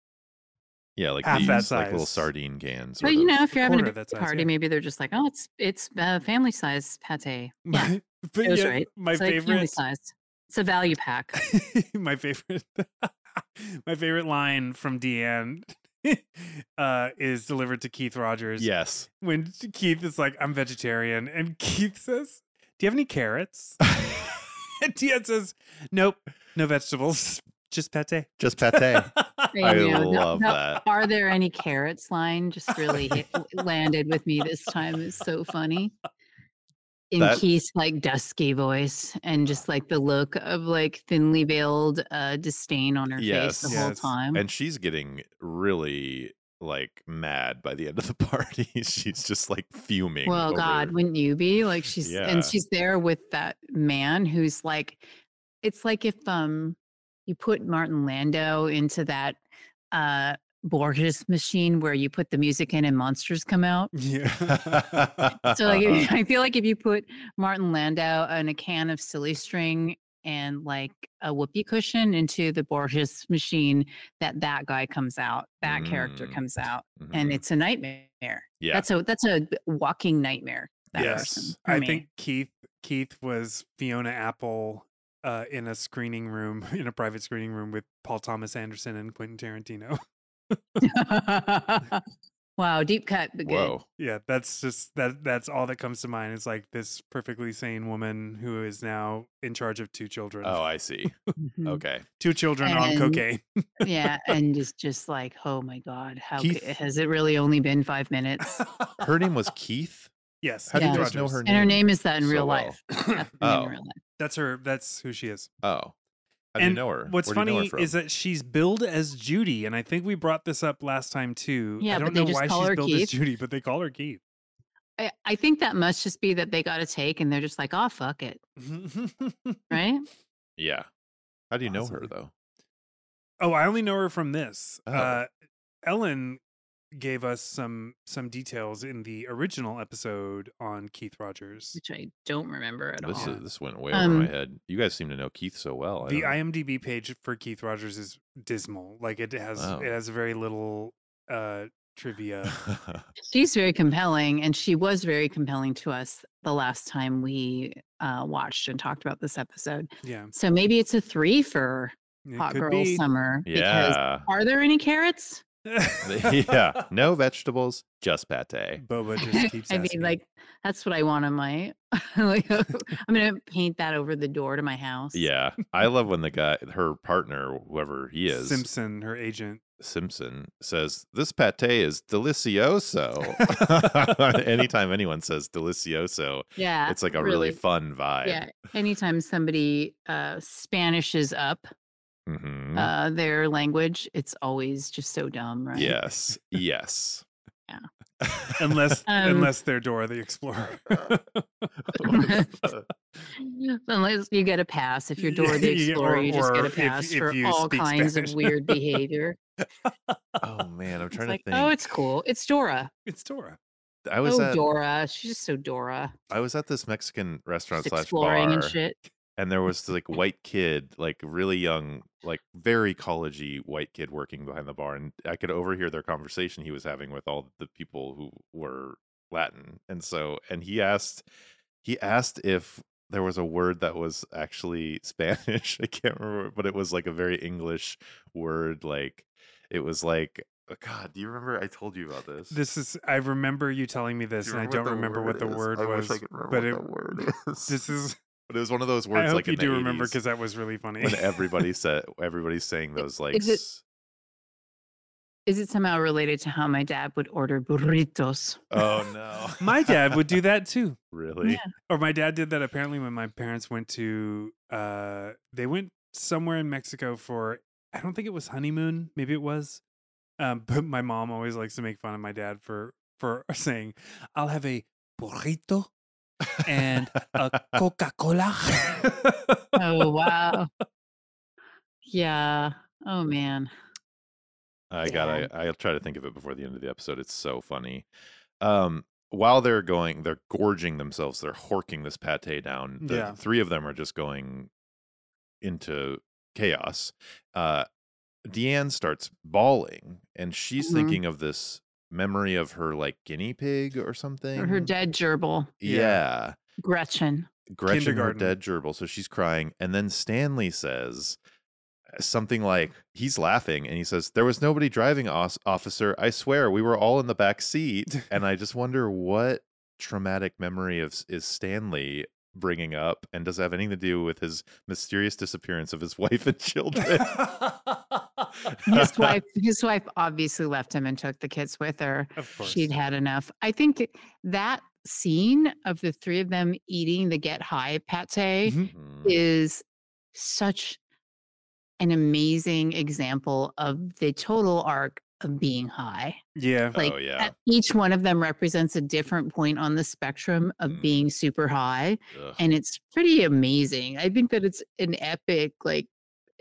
Speaker 3: Yeah, like
Speaker 1: Half
Speaker 3: these,
Speaker 1: that
Speaker 3: like little
Speaker 1: size.
Speaker 3: sardine cans.
Speaker 2: but you know, if
Speaker 1: a
Speaker 2: you're having a
Speaker 1: quarter of
Speaker 2: big
Speaker 1: that size,
Speaker 2: party,
Speaker 1: yeah.
Speaker 2: maybe they're just like, oh, it's it's uh, family size pate. Yeah,
Speaker 1: but
Speaker 2: was
Speaker 1: yet
Speaker 2: right.
Speaker 1: my *laughs*
Speaker 2: it's like family
Speaker 1: favorite
Speaker 2: size. It's a value pack.
Speaker 1: *laughs* my favorite *laughs* my favorite line from Deanne *laughs* uh, is delivered to Keith Rogers.
Speaker 3: yes.
Speaker 1: When Keith is like, I'm vegetarian, and *laughs* Keith says, Do you have any carrots? and Deanne says, Nope, no vegetables. *laughs* Just pate.
Speaker 3: Just *laughs*
Speaker 1: *laughs*
Speaker 3: pate.
Speaker 2: There
Speaker 3: I
Speaker 2: you go. No-
Speaker 3: love
Speaker 2: no-
Speaker 3: that.
Speaker 2: Are there any carrots line just really hit, landed with me this time. It's so funny. In
Speaker 3: That-
Speaker 2: Keith's like dusky voice and just like the look of like thinly veiled uh, disdain on her face the
Speaker 1: Yes.
Speaker 2: whole
Speaker 1: Yes.
Speaker 2: time.
Speaker 3: And she's getting really like mad by the end of the *laughs* party. she's just like fuming.
Speaker 2: well,
Speaker 3: over- *laughs*
Speaker 2: God, wouldn't you be like she's
Speaker 3: Yeah.
Speaker 2: and she's there with that man who's like, it's like if um you put Martin Lando into that uh Borges machine where you put the music in and monsters come out.
Speaker 3: *laughs*
Speaker 1: yeah.
Speaker 2: So
Speaker 3: Uh-huh.
Speaker 2: like, if- I feel like if you put Martin Landau and a can of silly string and like a whoopee cushion into the Borges machine, that that guy comes out, that character
Speaker 3: Mm.
Speaker 2: comes out,
Speaker 3: Mhm.
Speaker 2: and it's a nightmare.
Speaker 3: yeah.
Speaker 2: That's a that's a walking nightmare. That
Speaker 3: Yes.
Speaker 2: person, for
Speaker 1: I
Speaker 2: me.
Speaker 1: think Keith Keith was Fiona Apple uh, in a screening room, *laughs* in a private screening room with Paul Thomas Anderson and Quentin Tarantino.
Speaker 2: *laughs* wow, deep cut, but good.
Speaker 3: Whoa.
Speaker 1: yeah that's just that that's all that comes to mind is like this perfectly sane woman who is now in charge of two children
Speaker 3: Oh,
Speaker 2: *laughs*
Speaker 3: I see.
Speaker 2: Mhm.
Speaker 3: Okay.
Speaker 1: two children on
Speaker 2: And-
Speaker 1: cocaine
Speaker 2: yeah, and just just like, oh my god, how c-
Speaker 3: Keith-
Speaker 2: has it really only been five minutes?
Speaker 3: *laughs* Her name was Keith.
Speaker 1: *laughs* yes
Speaker 3: How do you
Speaker 2: Yeah.
Speaker 3: guys know her
Speaker 1: Rogers.
Speaker 3: name?
Speaker 2: and her name is that in
Speaker 3: so
Speaker 2: real
Speaker 3: well.
Speaker 2: life. That's
Speaker 3: *clears throat*
Speaker 2: the name in
Speaker 3: Oh.
Speaker 2: real life.
Speaker 1: *laughs* that's her that's who she is
Speaker 3: Oh. How do you
Speaker 1: And
Speaker 3: know her?
Speaker 1: what's
Speaker 3: Where do you know her
Speaker 1: funny
Speaker 3: from?
Speaker 1: is that she's billed as judy and i think we brought this up last time too
Speaker 2: Yeah,
Speaker 1: i
Speaker 2: but
Speaker 1: don't
Speaker 2: they
Speaker 1: know
Speaker 2: just
Speaker 1: why
Speaker 2: call
Speaker 1: she's
Speaker 2: her
Speaker 1: billed as
Speaker 2: Keith.
Speaker 1: judy but they call her keith *laughs*
Speaker 2: I, I think that must just be that they got a take and they're just like, oh, fuck it.
Speaker 3: Mm.
Speaker 2: Right?
Speaker 3: Yeah. How do you know her
Speaker 1: Possibly.
Speaker 3: though?
Speaker 1: oh i only know her from this
Speaker 3: Oh.
Speaker 1: uh ellen gave us some some details in the original episode on keith rogers
Speaker 2: Which I don't remember at
Speaker 3: This
Speaker 2: all.
Speaker 3: is, this went way
Speaker 2: Um,
Speaker 3: over my head. You guys seem to know Keith so well. I
Speaker 1: the
Speaker 3: don't know.
Speaker 1: IMDb page for Keith Rogers is dismal. Like it has
Speaker 3: Oh.
Speaker 1: it has very little uh
Speaker 3: *laughs*
Speaker 1: trivia.
Speaker 2: She's very compelling and she was very compelling to us the last time we uh, watched and talked about this episode.
Speaker 1: Yeah,
Speaker 2: So maybe it's a three for
Speaker 1: it
Speaker 2: Hot
Speaker 1: could
Speaker 2: Girl
Speaker 1: be. *laughs*
Speaker 2: Summer. Because *laughs*
Speaker 3: yeah. *laughs*
Speaker 2: are there any carrots?
Speaker 3: yeah. No vegetables, just pate.
Speaker 1: *laughs*
Speaker 2: *laughs*
Speaker 1: Boba
Speaker 2: I
Speaker 1: just keeps.
Speaker 2: mean,
Speaker 1: asking.
Speaker 2: like, that's what I want on my. *laughs* like, I'm going to paint that over the door to my house.
Speaker 3: Yeah. I love when the guy, her partner, whoever he is,
Speaker 1: Simpson, her agent.
Speaker 2: *laughs*
Speaker 3: Simpson, says, This pate is
Speaker 2: *laughs*
Speaker 3: delicioso. *laughs* Anytime anyone says delicioso,
Speaker 2: Yeah.
Speaker 3: it's like a really,
Speaker 2: really.
Speaker 3: fun vibe.
Speaker 2: Yeah. Anytime somebody uh Spanishes up
Speaker 3: Mhm.
Speaker 2: uh, their language. It's always just so dumb, right?
Speaker 3: Yes. Yes. *laughs*
Speaker 2: Yeah.
Speaker 1: unless
Speaker 2: Um,
Speaker 1: unless they're Dora the Explorer.
Speaker 2: *laughs*
Speaker 1: *laughs*
Speaker 2: *laughs* Unless you get a pass. If
Speaker 1: *laughs*
Speaker 2: you're Dora the
Speaker 1: You get-
Speaker 2: Explorer,
Speaker 1: or-
Speaker 2: you just
Speaker 1: or
Speaker 2: get a
Speaker 1: if-
Speaker 2: pass
Speaker 1: if
Speaker 2: for
Speaker 1: you
Speaker 2: all
Speaker 1: speak
Speaker 2: kinds
Speaker 1: Spanish.
Speaker 2: of
Speaker 1: *laughs*
Speaker 2: weird behavior.
Speaker 3: oh man, I'm
Speaker 2: It's
Speaker 3: trying
Speaker 2: like,
Speaker 3: to think.
Speaker 2: oh, it's cool. It's Dora.
Speaker 1: it's Dora.
Speaker 3: I was
Speaker 2: Oh,
Speaker 3: at
Speaker 2: Dora. She's just so Dora.
Speaker 3: I was at this Mexican restaurant
Speaker 2: Just
Speaker 3: slash
Speaker 2: exploring
Speaker 3: bar,
Speaker 2: and shit.
Speaker 3: and there was this, like white kid, like really young, like very collegey white kid working behind the bar, and I could overhear their conversation he was having with all the people who were Latin, and so and he asked, he asked if there was a word that was actually *laughs* Spanish. I can't remember, but it was like a very English word. Like it was like, oh, God, do you remember? I told you about this.
Speaker 1: This is I remember you telling me
Speaker 3: Do
Speaker 1: this,
Speaker 3: you
Speaker 1: and I don't remember what the
Speaker 3: is?
Speaker 1: word
Speaker 3: I
Speaker 1: was.
Speaker 3: wish I could remember
Speaker 1: but
Speaker 3: what
Speaker 1: it-
Speaker 3: the word is.
Speaker 1: This is
Speaker 3: *laughs* But it was one of those
Speaker 1: I
Speaker 3: words
Speaker 1: hope
Speaker 3: like
Speaker 1: you
Speaker 3: in the
Speaker 1: do remember
Speaker 3: 80s,
Speaker 1: because that was really funny. *laughs*
Speaker 3: when everybody said everybody's saying those like
Speaker 2: is it-
Speaker 3: s-
Speaker 2: Is it somehow related to how my dad would order burritos?
Speaker 3: oh no
Speaker 1: *laughs* my dad would do that too.
Speaker 3: *laughs* really
Speaker 1: Or my dad did that apparently when my parents went to uh they went somewhere in Mexico for I don't think it was honeymoon, maybe it was. Um *laughs* but my mom always likes to make fun of my dad for for *laughs* saying, I'll have a burrito,
Speaker 3: *laughs*
Speaker 1: And a Coca-Cola. *laughs*
Speaker 2: Oh, wow. yeah. Oh, man.
Speaker 3: I got. I, I'll try to think of it before the end of the episode. It's so funny. Um, while they're going, they're gorging themselves. They're horking this pate down. The
Speaker 1: Yeah.
Speaker 3: three of them are just going into chaos. Uh, Deanne starts bawling, and she's
Speaker 2: Mhm.
Speaker 3: thinking of this memory of her like guinea pig or something.
Speaker 2: Or Her dead gerbil,
Speaker 1: Yeah.
Speaker 3: yeah.
Speaker 2: Gretchen.
Speaker 3: Gretchen her
Speaker 1: Kindergarten.
Speaker 3: dead gerbil, so she's crying, and then Stanley says uh, something like he's laughing, and he says, "There was nobody driving, os- officer. I swear, we were all in the back seat."
Speaker 2: *laughs*
Speaker 3: and I just wonder what traumatic memory of s- is Stanley bringing up, and does it have anything to do with his mysterious disappearance of his *laughs* wife and
Speaker 2: *laughs*
Speaker 3: children?
Speaker 1: *laughs*
Speaker 2: His
Speaker 3: *laughs*
Speaker 2: wife, his wife obviously left him and took the kids with her.
Speaker 1: of course.
Speaker 2: She'd had enough. I think that scene of the three of them eating the get high pate
Speaker 1: Mhm.
Speaker 3: Mhm.
Speaker 2: is such an amazing example of the total arc of being high. *laughs*
Speaker 1: Yeah. *laughs*
Speaker 2: Like
Speaker 3: oh yeah,
Speaker 2: at- each one of them represents a different point on the spectrum of
Speaker 3: Mm.
Speaker 2: being super high. *laughs*
Speaker 3: Ugh.
Speaker 2: And it's pretty amazing. I think that it's an epic, like,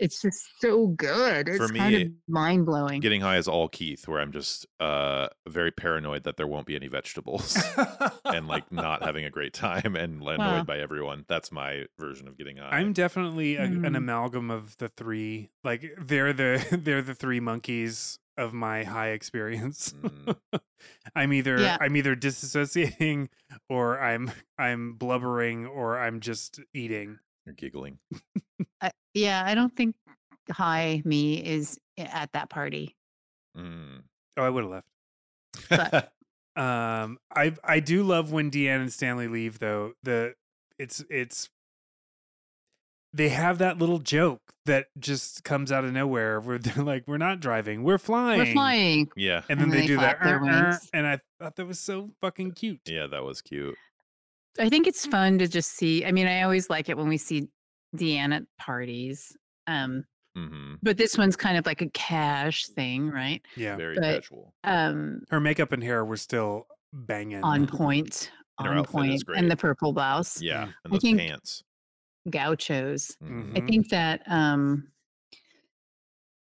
Speaker 2: it's just so good. It's
Speaker 3: For
Speaker 2: kind of
Speaker 3: me,
Speaker 2: mind blowing.
Speaker 3: getting high is all Keith, where I'm just uh very paranoid that there won't be any vegetables. *laughs* and like uh, not having a great time and
Speaker 2: *laughs*
Speaker 3: annoyed
Speaker 2: Wow.
Speaker 3: by everyone. That's my version of getting high.
Speaker 1: I'm definitely a, an
Speaker 2: Mm.
Speaker 1: amalgam of the three. Like they're the *laughs* they're the three monkeys of my high experience. *laughs*
Speaker 3: Mm,
Speaker 1: I'm either
Speaker 2: Yeah.
Speaker 1: I'm either disassociating *laughs* or I'm I'm blubbering or I'm just eating.
Speaker 3: you're giggling.
Speaker 2: I, yeah, I don't think high me is i- at that party.
Speaker 3: Mm.
Speaker 1: Oh, I would have left.
Speaker 3: *laughs*
Speaker 1: *laughs* Um, I I do love when Deanne and Stanley leave though. The it's it's they have that little joke that just comes out of nowhere where they're *laughs* like, "We're not driving, we're flying,
Speaker 2: We're flying.
Speaker 3: yeah.
Speaker 1: And then
Speaker 2: And
Speaker 1: they,
Speaker 2: they
Speaker 1: do that,
Speaker 2: flap their
Speaker 1: "Er, er,"
Speaker 2: wings.
Speaker 1: and I thought that was so fucking cute.
Speaker 3: Yeah, that was cute.
Speaker 2: I think it's fun to just see. I mean, I always like it when we see Deanna at parties. Um,
Speaker 3: hmm
Speaker 2: but this one's kind of like a cash thing, right?
Speaker 1: Yeah,
Speaker 3: Very
Speaker 2: But-
Speaker 3: casual.
Speaker 2: Um,
Speaker 1: her makeup and hair were still banging
Speaker 2: on point,
Speaker 3: And her
Speaker 2: on
Speaker 3: outfit is
Speaker 2: point, and the
Speaker 3: great.
Speaker 2: purple blouse, *laughs*
Speaker 3: Yeah. And
Speaker 2: I
Speaker 3: those
Speaker 2: think-
Speaker 3: pants.
Speaker 2: gauchos.
Speaker 3: Mhm.
Speaker 1: Mhm.
Speaker 2: I think that um,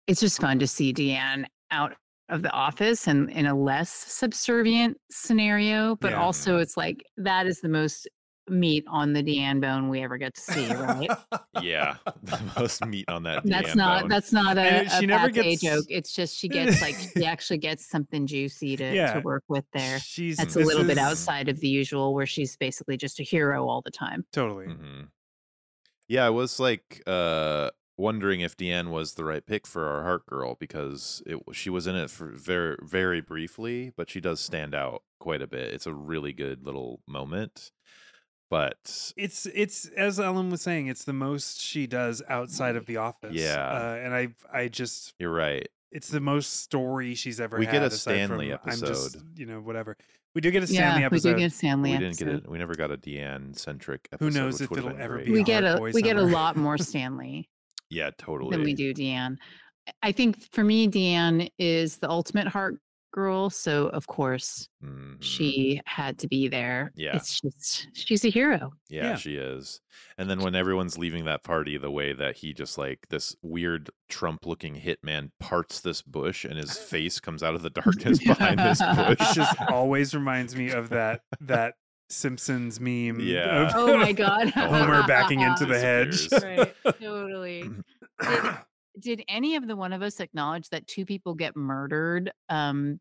Speaker 2: it's just fun to see Deanne out of the office and in a less subservient scenario, but
Speaker 1: Yeah.
Speaker 2: also it's like that is the most meat on the Deanne bone we ever get to see,
Speaker 1: *laughs*
Speaker 2: right?
Speaker 3: *laughs*
Speaker 1: Mm-hmm.
Speaker 3: Yeah. The most meat on that.
Speaker 2: that's
Speaker 3: damn
Speaker 2: not
Speaker 3: bone.
Speaker 2: that's not a,
Speaker 1: And
Speaker 2: a
Speaker 1: she never
Speaker 2: pate
Speaker 1: gets-
Speaker 2: joke. It's just she
Speaker 1: *laughs*
Speaker 2: gets like she actually gets something juicy to,
Speaker 1: Yeah.
Speaker 2: to work with there.
Speaker 1: She's
Speaker 2: That's a
Speaker 1: this
Speaker 2: little
Speaker 1: is-
Speaker 2: bit outside of the usual where she's basically just a hero all the time.
Speaker 1: Totally.
Speaker 3: hmm Yeah, I was like uh, wondering if Deanne was the right pick for our Heart Girl because it w- she was in it for very very briefly, but she does stand out quite a bit. It's a really good little moment, but
Speaker 1: It's it's as Ellen was saying, it's the most she does outside of the office.
Speaker 3: Yeah.
Speaker 1: uh, and I I just
Speaker 3: you're right.
Speaker 1: it's the most story she's ever.
Speaker 3: We
Speaker 1: had,
Speaker 3: get a
Speaker 1: aside
Speaker 3: Stanley
Speaker 1: from, I'm just,
Speaker 3: episode.
Speaker 1: you know, whatever. We do get a Stanley
Speaker 2: yeah,
Speaker 1: episode.
Speaker 2: we do
Speaker 1: *laughs*
Speaker 2: get a Stanley
Speaker 3: we
Speaker 2: episode.
Speaker 3: didn't get it. We never got a Deanne centric
Speaker 1: Who
Speaker 3: episode.
Speaker 1: knows
Speaker 3: which
Speaker 1: if
Speaker 3: would've
Speaker 1: it'll
Speaker 3: been
Speaker 1: ever
Speaker 3: great.
Speaker 1: be
Speaker 2: we
Speaker 1: a
Speaker 2: get
Speaker 1: hard
Speaker 2: a
Speaker 1: boy
Speaker 2: *laughs* we get a
Speaker 1: summer.
Speaker 2: lot more Stanley.
Speaker 3: Yeah, totally.
Speaker 2: than we do Deanne. I think for me, Deanne is the ultimate heart girl. So of course
Speaker 3: Mhm.
Speaker 2: she had to be there.
Speaker 3: Yeah.
Speaker 2: It's just she's a hero.
Speaker 3: Yeah,
Speaker 1: Yeah.
Speaker 3: she is. And then when everyone's leaving that party, the way that he just like this weird Trump looking hitman parts this bush and his face comes out
Speaker 2: *laughs*
Speaker 3: of the darkness behind this
Speaker 1: Which
Speaker 3: bush. *laughs*
Speaker 1: just always reminds me of that that Simpsons meme.
Speaker 3: Yeah.
Speaker 1: of
Speaker 2: Oh
Speaker 3: *laughs*
Speaker 2: my god.
Speaker 1: Homer backing
Speaker 2: *laughs*
Speaker 1: into the hedge.
Speaker 3: Disappears.
Speaker 2: Right.
Speaker 3: *laughs*
Speaker 2: Totally. Did, did any of the one of us acknowledge that two people get murdered um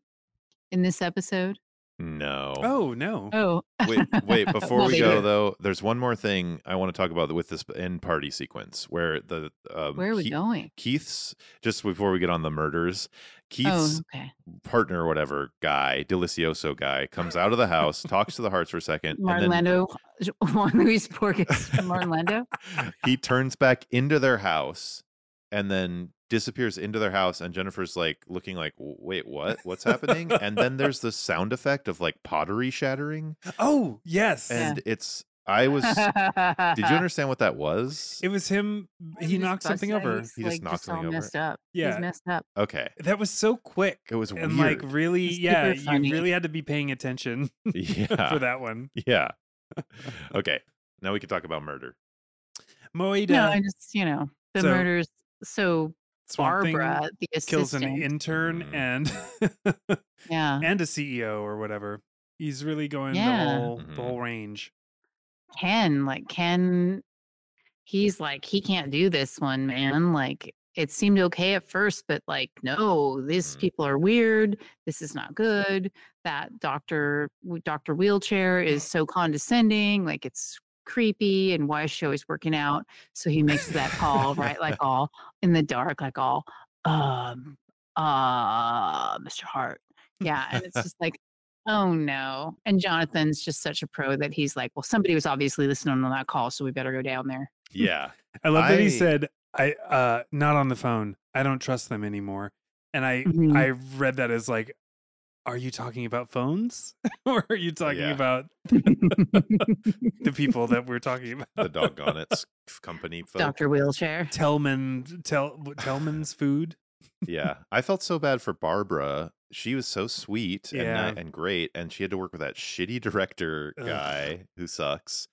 Speaker 2: in this episode?
Speaker 3: *coughs* No.
Speaker 1: Oh no.
Speaker 2: Oh.
Speaker 3: wait,
Speaker 2: *laughs*
Speaker 3: wait. Before
Speaker 2: Well,
Speaker 3: we
Speaker 2: they
Speaker 3: go,
Speaker 1: did.
Speaker 3: though, there's one more thing I want to talk about with this end party sequence where the um,
Speaker 2: Where are we
Speaker 3: Keith-
Speaker 2: going?
Speaker 3: Keith's just before we get on the murders,
Speaker 2: Oh,
Speaker 3: Keith's
Speaker 2: okay.
Speaker 3: partner, or whatever guy, Delicioso guy, comes out of the house, talks to the hearts for a second,
Speaker 2: Martin
Speaker 3: and then
Speaker 2: Lando, *laughs* Juan Luis
Speaker 3: *laughs*
Speaker 2: Borges, Martin Lando.
Speaker 3: he turns back into their house and then disappears into their house and jennifer's like looking like wait what what's happening and then there's the sound effect of like pottery shattering
Speaker 1: Oh yes.
Speaker 3: and it's
Speaker 2: *laughs*
Speaker 3: i was did you understand what that was
Speaker 1: It was him. He
Speaker 2: Just
Speaker 1: knocked
Speaker 2: bust
Speaker 1: something
Speaker 2: that
Speaker 1: over.
Speaker 2: he's,
Speaker 3: He just
Speaker 2: like,
Speaker 3: knocked something
Speaker 2: all
Speaker 3: over.
Speaker 2: Messed up.
Speaker 1: Yeah.
Speaker 2: He's messed up.
Speaker 3: okay
Speaker 1: That was so quick.
Speaker 3: it was
Speaker 1: And
Speaker 3: weird
Speaker 1: like really,
Speaker 2: It's
Speaker 1: yeah,
Speaker 2: super funny.
Speaker 1: you really had to be paying
Speaker 3: *laughs*
Speaker 1: attention *laughs*
Speaker 3: yeah
Speaker 1: for that one. *laughs*
Speaker 3: yeah okay now we can talk about murder
Speaker 1: Moida
Speaker 2: No, I just you know the
Speaker 1: So-
Speaker 2: murders. So
Speaker 1: Swamp Thing
Speaker 2: Barbara, the
Speaker 1: kills
Speaker 2: assistant,
Speaker 1: an intern
Speaker 3: Mhm.
Speaker 1: and *laughs*
Speaker 2: yeah,
Speaker 1: and a CEO or whatever. He's really going
Speaker 2: Yeah.
Speaker 1: the whole
Speaker 3: Mhm.
Speaker 1: the whole range.
Speaker 2: Ken, like Ken, he's like he can't do this one, man. Like it seemed okay at first, but like no, these
Speaker 3: Mm.
Speaker 2: people are weird. This is not good. That doctor, Doctor Wheelchair, is so condescending. Like it's creepy and why is she always working out so he makes that call right like all in the dark like all um uh mr hart yeah and it's just like oh no and jonathan's just such a pro that he's like well somebody was obviously listening on that call so we better go down there
Speaker 1: Hmm.
Speaker 3: yeah
Speaker 1: I love that
Speaker 3: I-
Speaker 1: he said, "I uh not on the phone. I don't trust them anymore." And I
Speaker 2: Mhm.
Speaker 1: I read that as like, "Are you talking about phones, *laughs* or are you talking
Speaker 3: Yeah.
Speaker 1: about
Speaker 2: *laughs*
Speaker 1: the people that we're talking about?"
Speaker 3: the
Speaker 1: *laughs*
Speaker 3: doggone it's company folk.
Speaker 2: dr wheelchair *laughs*
Speaker 1: Tellman, Tell Tellman's food.
Speaker 3: yeah i felt so bad for barbara she was so sweet and,
Speaker 1: Yeah.
Speaker 3: ni- and great and she had to work with that shitty director
Speaker 1: Ugh.
Speaker 3: guy who sucks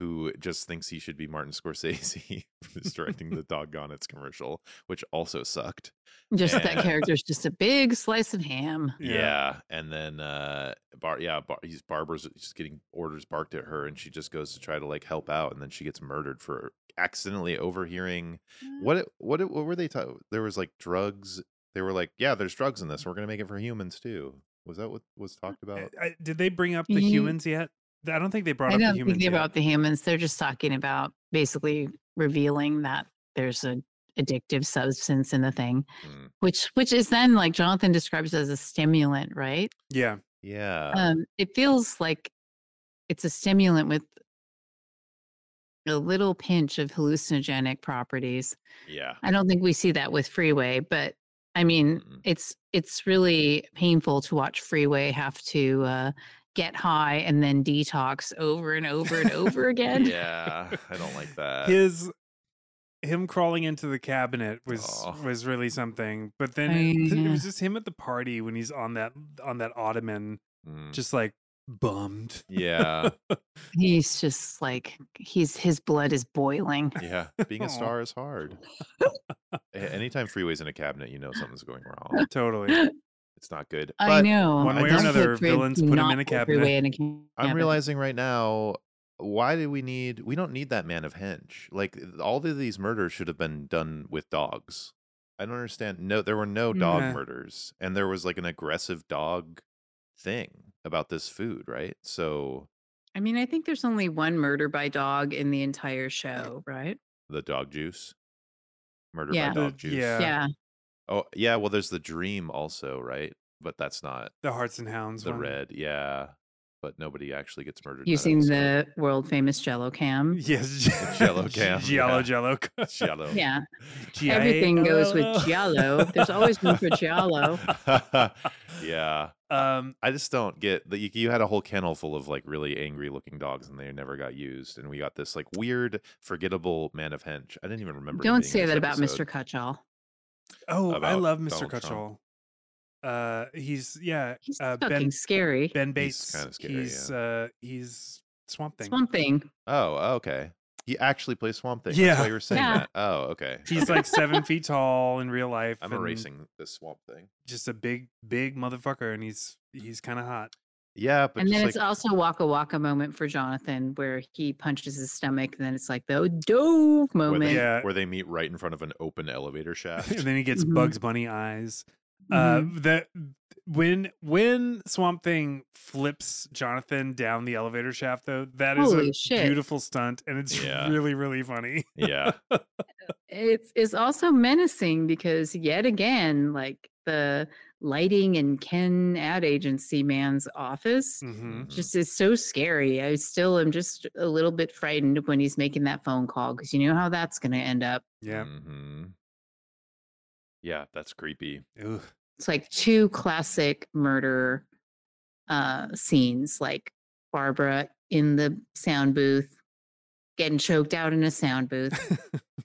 Speaker 3: who just thinks he should be martin scorsese *laughs* who's directing
Speaker 1: *laughs*
Speaker 3: the doggone it's commercial which also sucked
Speaker 2: just that
Speaker 3: Yeah.
Speaker 2: character's just a big slice of ham
Speaker 3: yeah, and then uh bar yeah bar- he's barbara's just getting orders barked at her and she just goes to try to like help out and then she gets murdered for accidentally overhearing
Speaker 2: Mm.
Speaker 3: what it, what it, what were they talking? There was like drugs. They were like, yeah, there's drugs in this. We're gonna make it for humans too. Was that what was talked
Speaker 1: Uh,
Speaker 3: about?
Speaker 1: I- did they bring up the
Speaker 2: Ye-
Speaker 1: humans yet? I don't think they brought
Speaker 2: Mm-hmm.
Speaker 1: up
Speaker 2: i don't
Speaker 1: the humans.
Speaker 2: think
Speaker 1: yet.
Speaker 2: about the humans they're just talking about basically revealing that there's a addictive substance in the thing
Speaker 3: Mm,
Speaker 2: which which is then like jonathan describes as a stimulant right
Speaker 1: yeah,
Speaker 3: yeah,
Speaker 1: uh,
Speaker 2: um it feels like it's a stimulant with a little pinch of hallucinogenic properties
Speaker 3: yeah,
Speaker 2: i don't think we see that with freeway but i mean
Speaker 3: Mm-mm.
Speaker 2: it's it's really painful to watch freeway have to uh get high and then detox over and over
Speaker 1: *laughs*
Speaker 2: and over again
Speaker 3: yeah. I don't like that.
Speaker 1: his him crawling into the cabinet was
Speaker 3: Oh.
Speaker 1: was really something. But then
Speaker 2: I-
Speaker 1: it, th- it
Speaker 2: yeah.
Speaker 1: was just him at the party when he's on that on that ottoman,
Speaker 3: Mm,
Speaker 1: just like bummed.
Speaker 3: yeah,
Speaker 2: he's just like he's his blood is boiling
Speaker 3: yeah.
Speaker 1: *laughs*
Speaker 3: Being
Speaker 1: Aw.
Speaker 3: a star is hard.
Speaker 1: *laughs*
Speaker 3: A- Anytime freeways in a cabinet, you know something's going wrong.
Speaker 1: Totally.
Speaker 3: It's not good.
Speaker 2: i
Speaker 3: But
Speaker 2: know
Speaker 1: one
Speaker 2: I
Speaker 3: way or
Speaker 2: don't
Speaker 1: another,
Speaker 2: feel great
Speaker 1: villains
Speaker 2: to
Speaker 1: put him
Speaker 2: not
Speaker 1: in a
Speaker 2: put
Speaker 1: cabinet.
Speaker 2: Freeway in a ca-
Speaker 1: *laughs*
Speaker 3: I'm
Speaker 2: cabinet.
Speaker 3: realizing right now why do we need we don't need that man of hench like all of these murders should have been done with dogs i don't understand no there were no dog
Speaker 1: Nah.
Speaker 3: murders and there was like an aggressive dog thing about this food right so
Speaker 2: I mean, I think there's only one murder by dog in the entire show, right?
Speaker 3: the dog juice murder
Speaker 2: Yeah.
Speaker 3: by
Speaker 1: The-
Speaker 3: dog juice
Speaker 1: yeah.
Speaker 2: yeah.
Speaker 3: oh yeah well there's the dream also right but that's not
Speaker 1: The hearts and hounds.
Speaker 3: the
Speaker 1: one.
Speaker 3: red yeah but nobody actually gets murdered in that
Speaker 2: Using
Speaker 3: episode.
Speaker 2: the world famous Jello
Speaker 1: *laughs*
Speaker 2: cam.
Speaker 1: Yes. *laughs*
Speaker 3: Jell-O
Speaker 1: J-
Speaker 3: cam,
Speaker 1: Giallo
Speaker 3: yeah.
Speaker 1: Jello.
Speaker 3: *laughs*
Speaker 1: *laughs*
Speaker 3: shallow
Speaker 2: Yeah. Everything goes with Giallo. There's always room for Giallo.
Speaker 3: yeah.
Speaker 1: *laughs* Um,
Speaker 3: I just don't get that you, you had a whole kennel full of like really angry looking dogs and they never got used. And we got this like weird, forgettable man of hench. I didn't even remember. him
Speaker 2: Don't
Speaker 3: being in
Speaker 2: say
Speaker 3: this
Speaker 2: that about Mr.
Speaker 3: episode.
Speaker 2: Cutchall.
Speaker 1: oh, I
Speaker 3: About
Speaker 1: love Mr.
Speaker 3: Donald Trump.
Speaker 1: Cutchall. Uh, he's yeah,
Speaker 2: He's
Speaker 1: uh,
Speaker 2: fucking
Speaker 1: Ben
Speaker 2: scary.
Speaker 1: Ben Bates.
Speaker 3: He's kinda scary,
Speaker 1: he's, uh, he's Swamp Thing.
Speaker 2: Swamp Thing.
Speaker 3: Oh, okay. He actually plays Swamp Thing. That's
Speaker 1: Yeah.
Speaker 3: why you were saying
Speaker 2: Yeah.
Speaker 3: that. Oh, okay.
Speaker 1: He's
Speaker 3: *laughs* Okay.
Speaker 1: like seven feet tall in real life.
Speaker 3: I'm
Speaker 1: and
Speaker 3: erasing this Swamp Thing.
Speaker 1: Just a big, big motherfucker, and he's he's kind of
Speaker 2: *laughs*
Speaker 1: hot. *laughs*
Speaker 3: Yeah, but
Speaker 2: and
Speaker 3: just
Speaker 2: then
Speaker 3: like,
Speaker 2: it's also Waka Waka moment for Jonathan where he punches his stomach. And then it's like the "Oh, dove
Speaker 3: where
Speaker 2: moment.
Speaker 3: they,
Speaker 1: Yeah.
Speaker 3: where they meet right in front of an open *laughs* elevator shaft.
Speaker 1: and then he gets
Speaker 2: Mhm.
Speaker 1: Bugs Bunny eyes. Uh,
Speaker 2: Mhm.
Speaker 1: the when when Swamp Thing flips Jonathan down the elevator shaft, though, that is
Speaker 2: Holy
Speaker 1: a
Speaker 2: shit.
Speaker 1: beautiful stunt, and it's *laughs*
Speaker 3: Yeah.
Speaker 1: really really funny.
Speaker 3: *laughs* yeah.
Speaker 2: it's, it's also menacing because yet again, like the lighting and Ken ad agency man's office
Speaker 1: Mhm.
Speaker 3: Mhm.
Speaker 2: just is so scary. I still am just a little bit frightened when he's making that phone call because you know how that's going to end up.
Speaker 1: Yeah.
Speaker 3: Mhm. Yeah, that's creepy.
Speaker 1: Ugh.
Speaker 2: it's like two classic murder uh scenes like barbara in the sound booth getting choked out in a sound booth
Speaker 3: *laughs*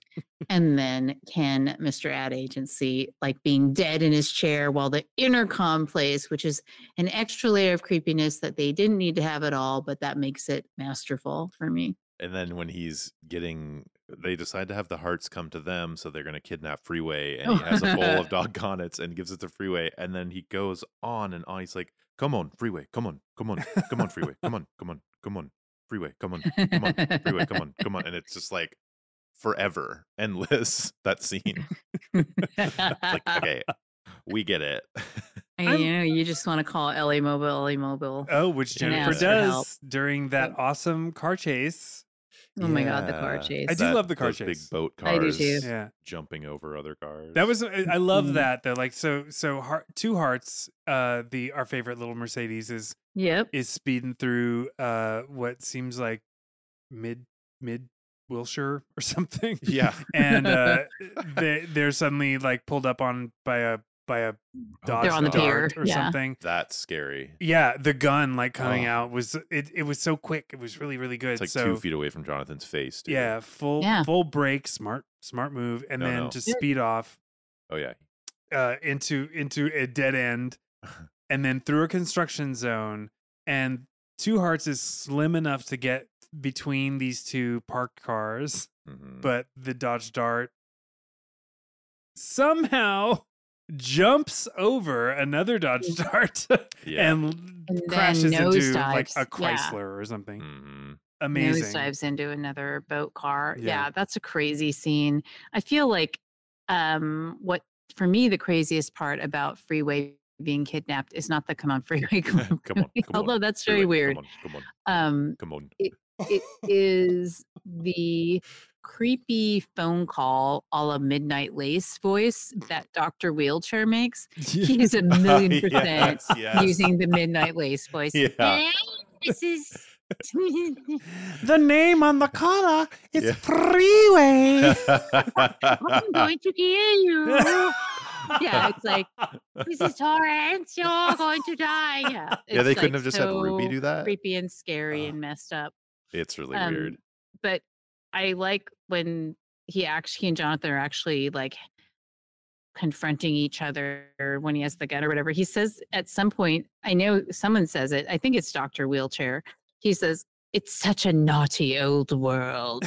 Speaker 2: and then ken mr ad agency like being dead in his chair while the intercom plays which is an extra layer of creepiness that they didn't need to have at all but that makes it masterful for me
Speaker 3: And then when he's getting, they decide to have the hearts come to them, so they're going to kidnap Freeway, and he has a bowl
Speaker 2: Oh. *laughs*
Speaker 3: of doggonnets and gives it to Freeway, and then he goes on and on. He's like, "Come on, Freeway, come on, come on, come on, Freeway, come on, come on, come on, Freeway, come on, come on, Freeway, come on, come on," and it's just like forever endless *laughs*
Speaker 2: *laughs*
Speaker 3: that scene. It's *laughs* like, okay, we get it. *laughs*
Speaker 2: And, you know you just want to call la mobile la mobile
Speaker 1: Oh, which
Speaker 3: And
Speaker 1: Jennifer
Speaker 3: ask for help.
Speaker 1: does during that awesome car chase.
Speaker 2: oh my god the car
Speaker 3: Yeah.
Speaker 2: chase
Speaker 1: I do love the car
Speaker 3: those
Speaker 1: chase.
Speaker 3: Big boat
Speaker 2: I do
Speaker 3: cars
Speaker 2: too.
Speaker 1: Yeah,
Speaker 3: jumping over other cars.
Speaker 1: that was
Speaker 3: *laughs*
Speaker 1: I I love
Speaker 2: Mhm.
Speaker 1: that though. Like so so heart, two hearts. Uh, the our favorite little Mercedes is
Speaker 2: yep
Speaker 1: is speeding through uh what seems like mid mid Wilshire or *laughs* something.
Speaker 3: yeah.
Speaker 1: And
Speaker 3: *laughs*
Speaker 1: uh they they're suddenly like pulled up on by a by a
Speaker 3: Oh,
Speaker 1: Dodge
Speaker 2: on the
Speaker 1: Dart
Speaker 2: pier,
Speaker 1: or
Speaker 2: yeah.
Speaker 1: something.
Speaker 3: That's scary.
Speaker 1: Yeah, the gun like coming
Speaker 3: Oh.
Speaker 1: out was it it was so quick. It was really really good.
Speaker 3: It's like
Speaker 1: so
Speaker 3: two feet away from Jonathan's face. Dude.
Speaker 1: yeah, full
Speaker 2: Yeah.
Speaker 1: full break, smart smart move and
Speaker 3: No,
Speaker 1: then
Speaker 3: no.
Speaker 1: just
Speaker 2: Yeah.
Speaker 1: speed off
Speaker 3: Oh yeah.
Speaker 1: uh, into into a dead
Speaker 3: *laughs*
Speaker 1: end, and then through a construction zone. And two hearts is slim enough to get between these two parked cars,
Speaker 3: Mhm.
Speaker 1: but the Dodge Dart somehow jumps over another Dodge Dart
Speaker 3: Mm.
Speaker 1: *laughs*
Speaker 3: yeah.
Speaker 1: and,
Speaker 2: And then
Speaker 1: crashes into like
Speaker 2: nosedives,
Speaker 1: a
Speaker 2: yeah.
Speaker 1: Chrysler or something.
Speaker 3: Mhm.
Speaker 1: Amazing.
Speaker 2: Nose dives into another boat car.
Speaker 1: Yeah.
Speaker 2: Yeah. that's a crazy scene. I feel like um what for me the craziest part about freeway being kidnapped is not the come on freeway come on,
Speaker 3: *laughs* Come on,
Speaker 2: freeway,"
Speaker 3: come on,
Speaker 2: although that's
Speaker 3: Freeway,
Speaker 2: very weird
Speaker 3: Come on, come on,
Speaker 2: um
Speaker 3: come on.
Speaker 2: it is the creepy phone call a la midnight lace voice that dr wheelchair
Speaker 3: *laughs*
Speaker 2: makes he's a million percent
Speaker 3: Yes, Oh, yes.
Speaker 2: using the midnight lace voice
Speaker 3: Yeah.
Speaker 2: "Hey, this is
Speaker 3: *laughs*
Speaker 2: *laughs*
Speaker 1: the name on the collar is
Speaker 3: Yeah. *laughs*
Speaker 1: Freeway.
Speaker 2: I'm going to kill you. yeah, it's like this is Torrance. You're going to die. Yeah,
Speaker 3: yeah, they
Speaker 2: it's, like,
Speaker 3: couldn't have just had Ruby
Speaker 2: so
Speaker 3: do that.
Speaker 2: Creepy and scary
Speaker 3: Ugh.
Speaker 2: and messed up.
Speaker 3: It's really
Speaker 1: *laughs*
Speaker 2: Um,
Speaker 3: weird. *laughs*
Speaker 2: But I like when he actually he and Jonathan are actually like confronting each other when he has the gun or whatever. He says at some point, I know someone says it. I think it's Doctor Wheelchair. He says. It's such a naughty old
Speaker 3: *laughs*
Speaker 2: world.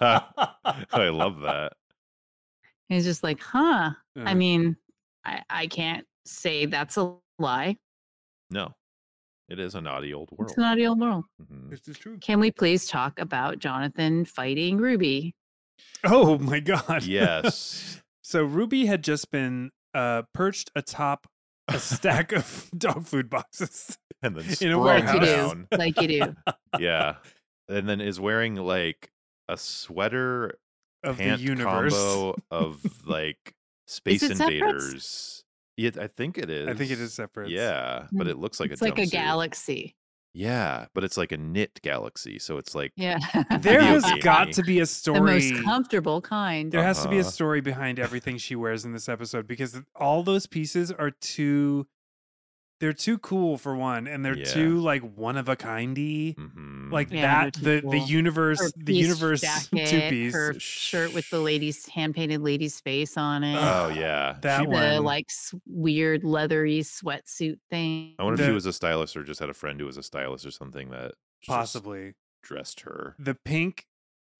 Speaker 3: I love that.
Speaker 2: He's just like, huh, I
Speaker 1: Uh.
Speaker 2: mean, I, I can't say that's a lie.
Speaker 3: No, it is a naughty old world.
Speaker 2: It's not a moral. *laughs*
Speaker 1: *laughs*
Speaker 3: Mhm.
Speaker 1: This is true.
Speaker 2: Can we please talk about Jonathan fighting Ruby?
Speaker 1: Oh my god.
Speaker 3: Yes.
Speaker 1: So Ruby had just been uh, perched atop
Speaker 3: *laughs*
Speaker 1: a stack of dog food boxes.
Speaker 3: and then
Speaker 1: In a
Speaker 3: sprung
Speaker 1: warehouse.
Speaker 3: down.
Speaker 1: *laughs*
Speaker 2: Like you do.
Speaker 3: yeah. And then is wearing like a sweater
Speaker 1: Of
Speaker 3: pant
Speaker 1: the universe.
Speaker 3: combo
Speaker 1: *laughs*
Speaker 3: of like Space
Speaker 2: it separate?
Speaker 3: Invaders. Yeah, I think it is.
Speaker 1: I think it is separate.
Speaker 3: Yeah, but
Speaker 2: Mm.
Speaker 3: it looks like
Speaker 2: it's
Speaker 3: a
Speaker 2: like a
Speaker 3: jumpsuit.
Speaker 2: galaxy.
Speaker 3: Yeah, but it's like a knit galaxy, so it's like
Speaker 2: Yeah. *laughs*
Speaker 1: There
Speaker 3: Video
Speaker 1: has
Speaker 3: game.
Speaker 1: got to be a
Speaker 2: the
Speaker 1: story.
Speaker 2: most comfortable kind.
Speaker 1: there has to be a
Speaker 3: Uh-huh.
Speaker 1: story behind everything she wears in this episode because all those pieces are too they're too cool for one, and they're
Speaker 3: Yeah.
Speaker 1: too like one of a kindy.
Speaker 3: Mhm.
Speaker 1: Like
Speaker 2: Yeah,
Speaker 1: that,
Speaker 2: they're
Speaker 1: the
Speaker 2: too
Speaker 1: the
Speaker 2: cool.
Speaker 1: universe,
Speaker 2: Her
Speaker 1: the
Speaker 2: peace
Speaker 1: universe *laughs*
Speaker 2: jacket,
Speaker 1: two piece.
Speaker 2: her shirt with the lady's hand painted lady's face on it.
Speaker 1: Ugh,
Speaker 3: oh yeah,
Speaker 1: that
Speaker 3: She-
Speaker 1: one.
Speaker 2: the like s- weird leathery sweatsuit thing.
Speaker 3: I wonder if she
Speaker 1: The-
Speaker 3: was a stylist or just had a friend who was a stylist or something that just
Speaker 1: possibly
Speaker 3: dressed her.
Speaker 1: the pink,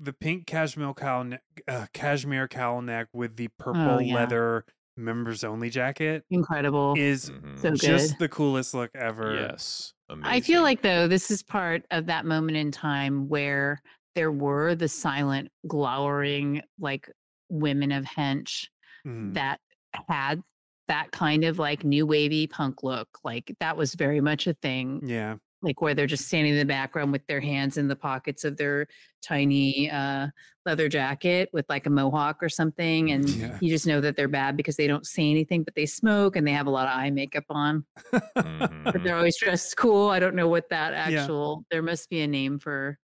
Speaker 1: the pink cashmere cowl, ne- uh, cashmere cowl neck with the purple
Speaker 2: Oh, yeah.
Speaker 1: leather members only jacket
Speaker 2: Incredible.
Speaker 1: is
Speaker 3: Mhm.
Speaker 2: mm, So
Speaker 1: just
Speaker 2: good.
Speaker 1: the coolest look ever.
Speaker 3: yes,
Speaker 2: I feel
Speaker 3: amazing.
Speaker 1: *laughs*
Speaker 2: like though this is part of that moment in time where there were the silent, glowering like women of hench
Speaker 1: Mhm.
Speaker 2: that had that kind of like new wavy punk look. Like that was very much a thing
Speaker 1: Yeah.
Speaker 2: like where they're just standing in the background with their hands in the pockets of their tiny uh, leather jacket with like a mohawk or something and
Speaker 1: Yeah.
Speaker 2: you just know that they're bad because they don't say anything but they smoke and they have a lot of eye makeup on but *laughs*
Speaker 3: Mhm.
Speaker 2: they're always dressed cool i don't know what that
Speaker 1: Mm-hmm. Yeah.
Speaker 2: actual there must be a name for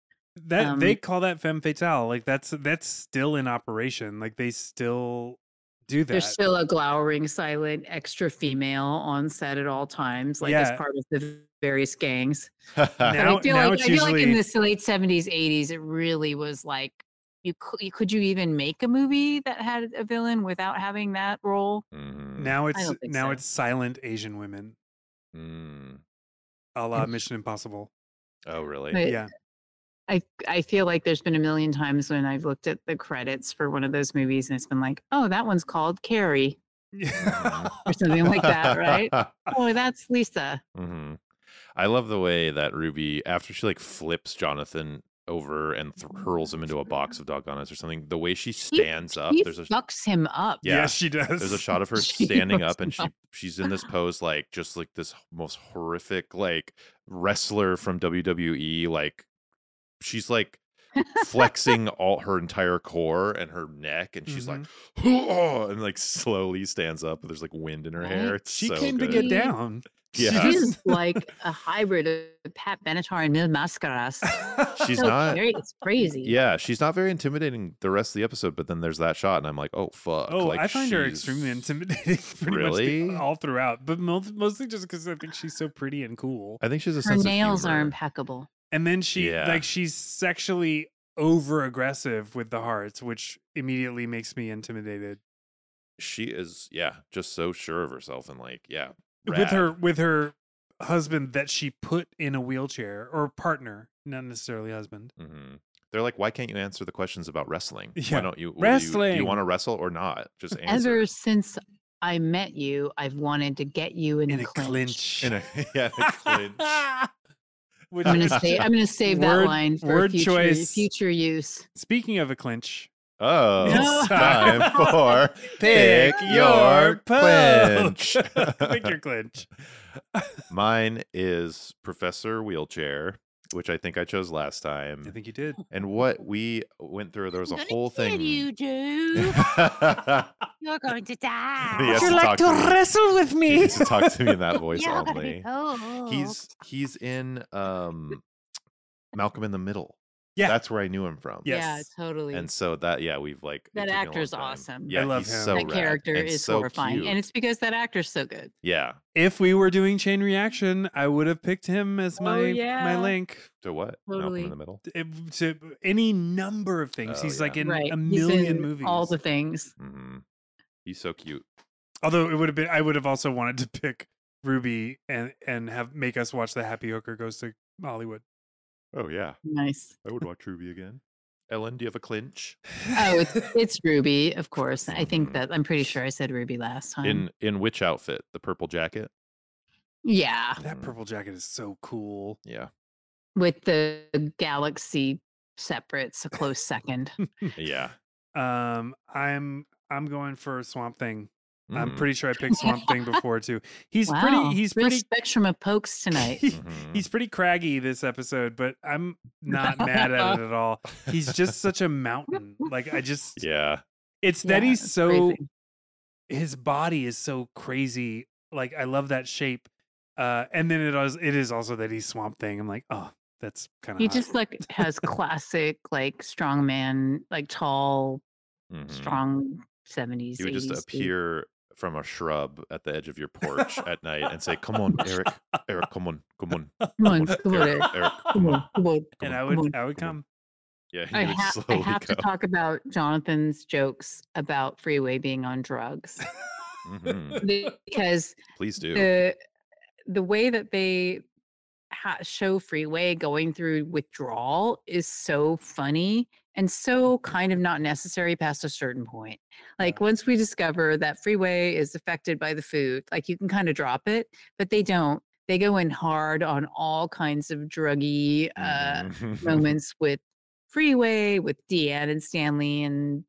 Speaker 1: That they
Speaker 2: Um,
Speaker 1: call that femme fatale. Like that's that's still in operation. Like they still do that.
Speaker 2: there's still a glowering silent extra female on set at all times like
Speaker 1: Yeah.
Speaker 2: as part of the various gangs
Speaker 1: Now-
Speaker 2: But I feel
Speaker 1: now
Speaker 2: like
Speaker 1: it's
Speaker 2: I feel like in
Speaker 1: usually-
Speaker 2: the late seventies, eighties, it really was like you could, could you even make a movie that had a villain without having that role?
Speaker 3: Mhm.
Speaker 1: now it's
Speaker 2: don't think
Speaker 1: now
Speaker 2: so.
Speaker 1: it's silent Asian women,
Speaker 3: Mm.
Speaker 1: a la
Speaker 2: Mm.
Speaker 1: Mission Impossible.
Speaker 3: Oh
Speaker 2: *laughs*
Speaker 3: really?
Speaker 2: But
Speaker 1: yeah,
Speaker 2: I I feel like there's been a million times when I've looked at the credits for one of those movies and it's been like, oh, that one's called Carrie
Speaker 3: Hmm.
Speaker 1: *laughs*
Speaker 3: Mm-hmm.
Speaker 2: or something like that, right?
Speaker 3: *laughs*
Speaker 2: oh, that's Lisa.
Speaker 3: hmm I love the way that Ruby, after she like flips Jonathan over and th- hurls him into a box of dogonas or something, the way she stands up,
Speaker 2: he
Speaker 3: there's a
Speaker 2: fucks him up.
Speaker 3: Yeah.
Speaker 1: yes, she does.
Speaker 3: there's a shot
Speaker 1: *laughs*
Speaker 3: of her
Speaker 2: She
Speaker 3: standing
Speaker 2: looks
Speaker 3: up and she
Speaker 2: nuts.
Speaker 3: she's in this pose like just like this h- most horrific like wrestler from WWE like she's like
Speaker 1: *laughs*
Speaker 3: flexing all her entire core and her neck and she's like
Speaker 1: Mm-hmm.
Speaker 3: "Hoo-ah," and like slowly stands up there's like wind in her
Speaker 2: Right?
Speaker 3: hair it's
Speaker 1: She
Speaker 3: so
Speaker 1: came
Speaker 3: good.
Speaker 1: to get down.
Speaker 3: Yeah.
Speaker 2: She's
Speaker 3: *laughs*
Speaker 2: like a hybrid of Pat Benatar and Mil Mascaras.
Speaker 1: *laughs*
Speaker 3: she's
Speaker 2: So
Speaker 3: not
Speaker 2: cra- it's crazy.
Speaker 3: Yeah, she's not very intimidating the rest of the episode, but then there's that shot, and I'm like, oh fuck.
Speaker 1: Oh,
Speaker 3: like,
Speaker 1: I find her
Speaker 3: she's-
Speaker 1: extremely *laughs* intimidating. Pretty much
Speaker 3: Really?
Speaker 1: the, all throughout, but mo- mostly just because I think she's so pretty and cool.
Speaker 3: I think she's a
Speaker 2: Her
Speaker 3: sense of
Speaker 2: nails are
Speaker 3: humor.
Speaker 2: impeccable.
Speaker 1: And then she
Speaker 3: Uh, Yeah.
Speaker 1: like she's sexually over aggressive with the hearts, which immediately makes me intimidated.
Speaker 3: She is, yeah, just so sure of herself, and like, yeah,
Speaker 1: with
Speaker 3: rad.
Speaker 1: her with her husband that she put in a wheelchair or partner, not necessarily husband.
Speaker 3: Mhm. They're like, why can't you answer the questions about
Speaker 1: *laughs*
Speaker 3: wrestling?
Speaker 1: Yeah.
Speaker 3: Why don't you will you- You,
Speaker 1: Wrestling.
Speaker 3: want to wrestle or not? Just
Speaker 2: *laughs*
Speaker 3: answer.
Speaker 2: Ever since I met you, I've wanted to get you in,
Speaker 1: In
Speaker 2: a
Speaker 1: a
Speaker 2: clinch.
Speaker 1: clinch.
Speaker 3: *laughs* In a, *laughs* yeah,
Speaker 1: *laughs*
Speaker 3: in a clinch.
Speaker 1: Which
Speaker 2: I'm gonna
Speaker 1: is- *laughs*
Speaker 2: say
Speaker 3: *laughs*
Speaker 2: I'm gonna save that
Speaker 1: Word-
Speaker 2: line for
Speaker 1: word
Speaker 2: future,
Speaker 1: choice.
Speaker 2: future use.
Speaker 1: speaking of a clinch,
Speaker 3: Oh,
Speaker 1: No. *laughs*
Speaker 3: it's time for pick your clinch.
Speaker 1: *laughs* pick
Speaker 3: *laughs*
Speaker 1: your clinch.
Speaker 3: Mine is Professor Wheelchair, which I think I chose last time.
Speaker 1: I think you did.
Speaker 3: and what we went through there was a whole thing *laughs*
Speaker 2: Joe.
Speaker 3: he
Speaker 2: You're going to die.
Speaker 3: Yes. Would you like to
Speaker 1: wrestle with
Speaker 3: used to talk to me
Speaker 2: *laughs*
Speaker 3: in that voice only
Speaker 2: cold.
Speaker 3: he's he's in um malcolm in the middle
Speaker 1: Yeah.
Speaker 3: that's where i knew him from
Speaker 1: Yeah.
Speaker 2: yeah,
Speaker 1: yes.
Speaker 2: totally.
Speaker 3: and so that yeah we've like it
Speaker 2: That
Speaker 3: took me a long
Speaker 2: actor's
Speaker 3: time.
Speaker 2: awesome. I
Speaker 3: yeah
Speaker 1: love
Speaker 3: he's
Speaker 1: him.
Speaker 3: so
Speaker 2: that
Speaker 3: rad
Speaker 2: character
Speaker 3: and
Speaker 2: is
Speaker 3: so
Speaker 2: horrifying,
Speaker 3: cute.
Speaker 2: and it's because that actor's so good.
Speaker 3: yeah
Speaker 1: If we were doing chain reaction, I would have picked him as
Speaker 2: Oh,
Speaker 1: my my
Speaker 2: yeah.
Speaker 1: link
Speaker 3: to what malcolm
Speaker 2: Totally.
Speaker 3: in the middle
Speaker 1: It- to any number of things.
Speaker 3: Oh,
Speaker 1: He's
Speaker 3: yeah.
Speaker 1: like in
Speaker 2: right?
Speaker 1: a
Speaker 2: He's
Speaker 1: million
Speaker 2: in
Speaker 1: movies.
Speaker 2: All the things.
Speaker 3: Mhm. he's so cute
Speaker 1: Although it would have been, I would have also wanted to pick Ruby and and have make us watch the Happy Hooker Goes to Hollywood.
Speaker 3: oh yeah
Speaker 2: Nice.
Speaker 3: i would watch ruby again ellen do you have a clinch
Speaker 1: *laughs*
Speaker 2: Oh,
Speaker 3: *laughs*
Speaker 2: it's, it's Ruby, of course. I
Speaker 3: Mhm.
Speaker 2: think that I'm pretty sure I said Ruby last time.
Speaker 3: in in which outfit the purple jacket
Speaker 2: yeah.
Speaker 1: that
Speaker 3: Mhm.
Speaker 1: purple jacket is so cool.
Speaker 3: yeah
Speaker 2: with the galaxy separates a close second.
Speaker 3: yeah
Speaker 1: Um, I'm I'm going for Swamp Thing. I'm
Speaker 3: Mhm.
Speaker 2: *laughs*
Speaker 1: pretty sure I picked Swamp Thing before too. He's
Speaker 2: Wow,
Speaker 1: pretty. He's
Speaker 2: real
Speaker 1: pretty.
Speaker 2: spectrum of pokes tonight.
Speaker 3: Mhm.
Speaker 1: He's pretty craggy this episode, but
Speaker 3: *laughs*
Speaker 1: I'm not mad at it at all. He's just such a mountain. Like I just,
Speaker 3: yeah
Speaker 1: it's that
Speaker 2: Yeah,
Speaker 1: he's
Speaker 2: it's
Speaker 1: so
Speaker 2: crazy.
Speaker 1: his body is so crazy. Like I love that shape. Uh, and then it is it is also that he's Swamp Thing. I'm like, oh, that's kind of
Speaker 2: he just like has classic like strongman, like tall,
Speaker 3: Mhm.
Speaker 2: strong seventies.
Speaker 3: he would just
Speaker 2: 80s dude.
Speaker 3: appear from a shrub at the edge of your porch at night and say, "Come on,
Speaker 2: *laughs*
Speaker 3: Eric, Eric, come on, come on,
Speaker 2: Come
Speaker 3: *laughs*
Speaker 2: on,
Speaker 3: come
Speaker 2: come
Speaker 3: on,
Speaker 2: on,
Speaker 3: Eric,
Speaker 2: Eric.
Speaker 3: Eric,
Speaker 2: Come
Speaker 3: come on."
Speaker 2: on, come
Speaker 3: *laughs*
Speaker 2: on.
Speaker 1: and
Speaker 3: Come
Speaker 1: I
Speaker 3: on,
Speaker 1: would
Speaker 2: come on,
Speaker 1: I would
Speaker 3: come on.
Speaker 1: come.
Speaker 2: *laughs*
Speaker 1: *laughs*
Speaker 3: Yeah, he
Speaker 2: I,
Speaker 3: would
Speaker 2: ha- I
Speaker 3: slowly
Speaker 2: have
Speaker 3: go.
Speaker 2: to talk about Jonathan's jokes about Freeway being on drugs
Speaker 3: Mhm.
Speaker 2: because
Speaker 3: Please do.
Speaker 2: the the way that they ha- show Freeway going through withdrawal is so funny and so kind of not necessary past a certain point. Like once we discover that Freeway is affected by the food, like you can kind of drop it, but they don't. They go in hard on all kinds of druggy uh,
Speaker 3: Mhm.
Speaker 2: moments with Freeway, with Deanne and Stanley, and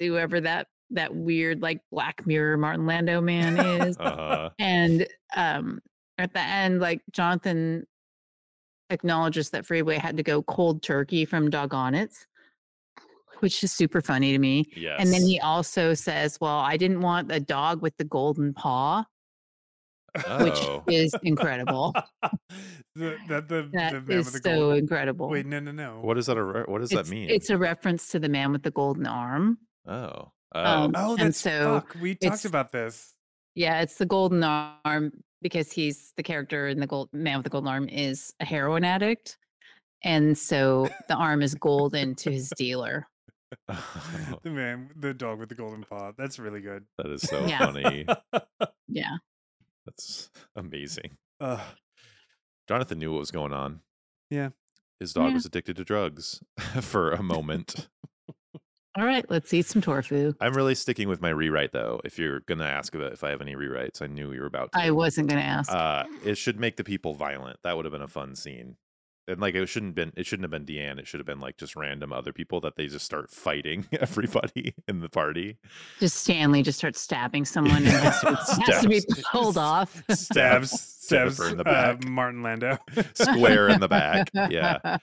Speaker 2: whoever that that weird like Black Mirror Martin Lando man
Speaker 3: *laughs*
Speaker 2: is.
Speaker 3: *laughs* Uh-huh.
Speaker 2: and um, at the end, like Jonathan acknowledges that Freeway had to go cold turkey from Doggone It, which is super funny to me.
Speaker 3: Yes.
Speaker 2: *laughs* And then he also says, "Well, I didn't want a dog with the golden paw," which
Speaker 3: Oh.
Speaker 2: is incredible.
Speaker 1: the, that the, the
Speaker 2: That
Speaker 1: man
Speaker 2: is
Speaker 1: with the
Speaker 2: so
Speaker 1: gold.
Speaker 2: incredible.
Speaker 1: Wait, no, no, no.
Speaker 3: What is that? A, re- what does
Speaker 2: It's-
Speaker 3: that mean?
Speaker 2: It's a reference to the man with the golden arm.
Speaker 3: oh. Oh.
Speaker 2: um,
Speaker 1: Oh,
Speaker 2: and
Speaker 1: that's
Speaker 2: so
Speaker 1: fuck. We talked
Speaker 2: it's-
Speaker 1: about
Speaker 3: *laughs*
Speaker 1: this.
Speaker 2: Yeah, it's the golden arm because he's the character in the gold man with the golden arm is a heroin addict. And so the arm is golden to his dealer.
Speaker 1: The man, the dog with the golden paw. That's really good.
Speaker 3: Oh. *laughs* that is so
Speaker 2: Yeah. *laughs*
Speaker 3: funny.
Speaker 2: Yeah.
Speaker 3: That's amazing.
Speaker 1: *laughs* Ugh.
Speaker 3: Jonathan knew what was going on.
Speaker 1: Yeah.
Speaker 3: His dog
Speaker 2: Yeah.
Speaker 3: was addicted to drugs *laughs* for
Speaker 2: *laughs*
Speaker 3: a moment.
Speaker 2: All right, let's eat some torfu.
Speaker 3: I'm really sticking with my rewrite though. If you're gonna ask about if I have any rewrites, I knew you were about to.
Speaker 2: I wasn't gonna ask.
Speaker 3: uh, it should make the people violent. That would have been a fun scene. And like it shouldn't been it shouldn't have been Deanne. It should have been like just random other people that they just start fighting *laughs* everybody in
Speaker 2: *laughs*
Speaker 3: the party.
Speaker 2: just Stanley just starts
Speaker 3: *laughs*
Speaker 2: stabbing someone and has to, be- has to be
Speaker 3: Stabs.
Speaker 2: pulled off.
Speaker 1: Stabs, stabs
Speaker 3: Jennifer in the
Speaker 1: uh, *laughs*
Speaker 3: back.
Speaker 1: Martin Lando.
Speaker 3: Square in
Speaker 2: *laughs*
Speaker 3: the back. Yeah.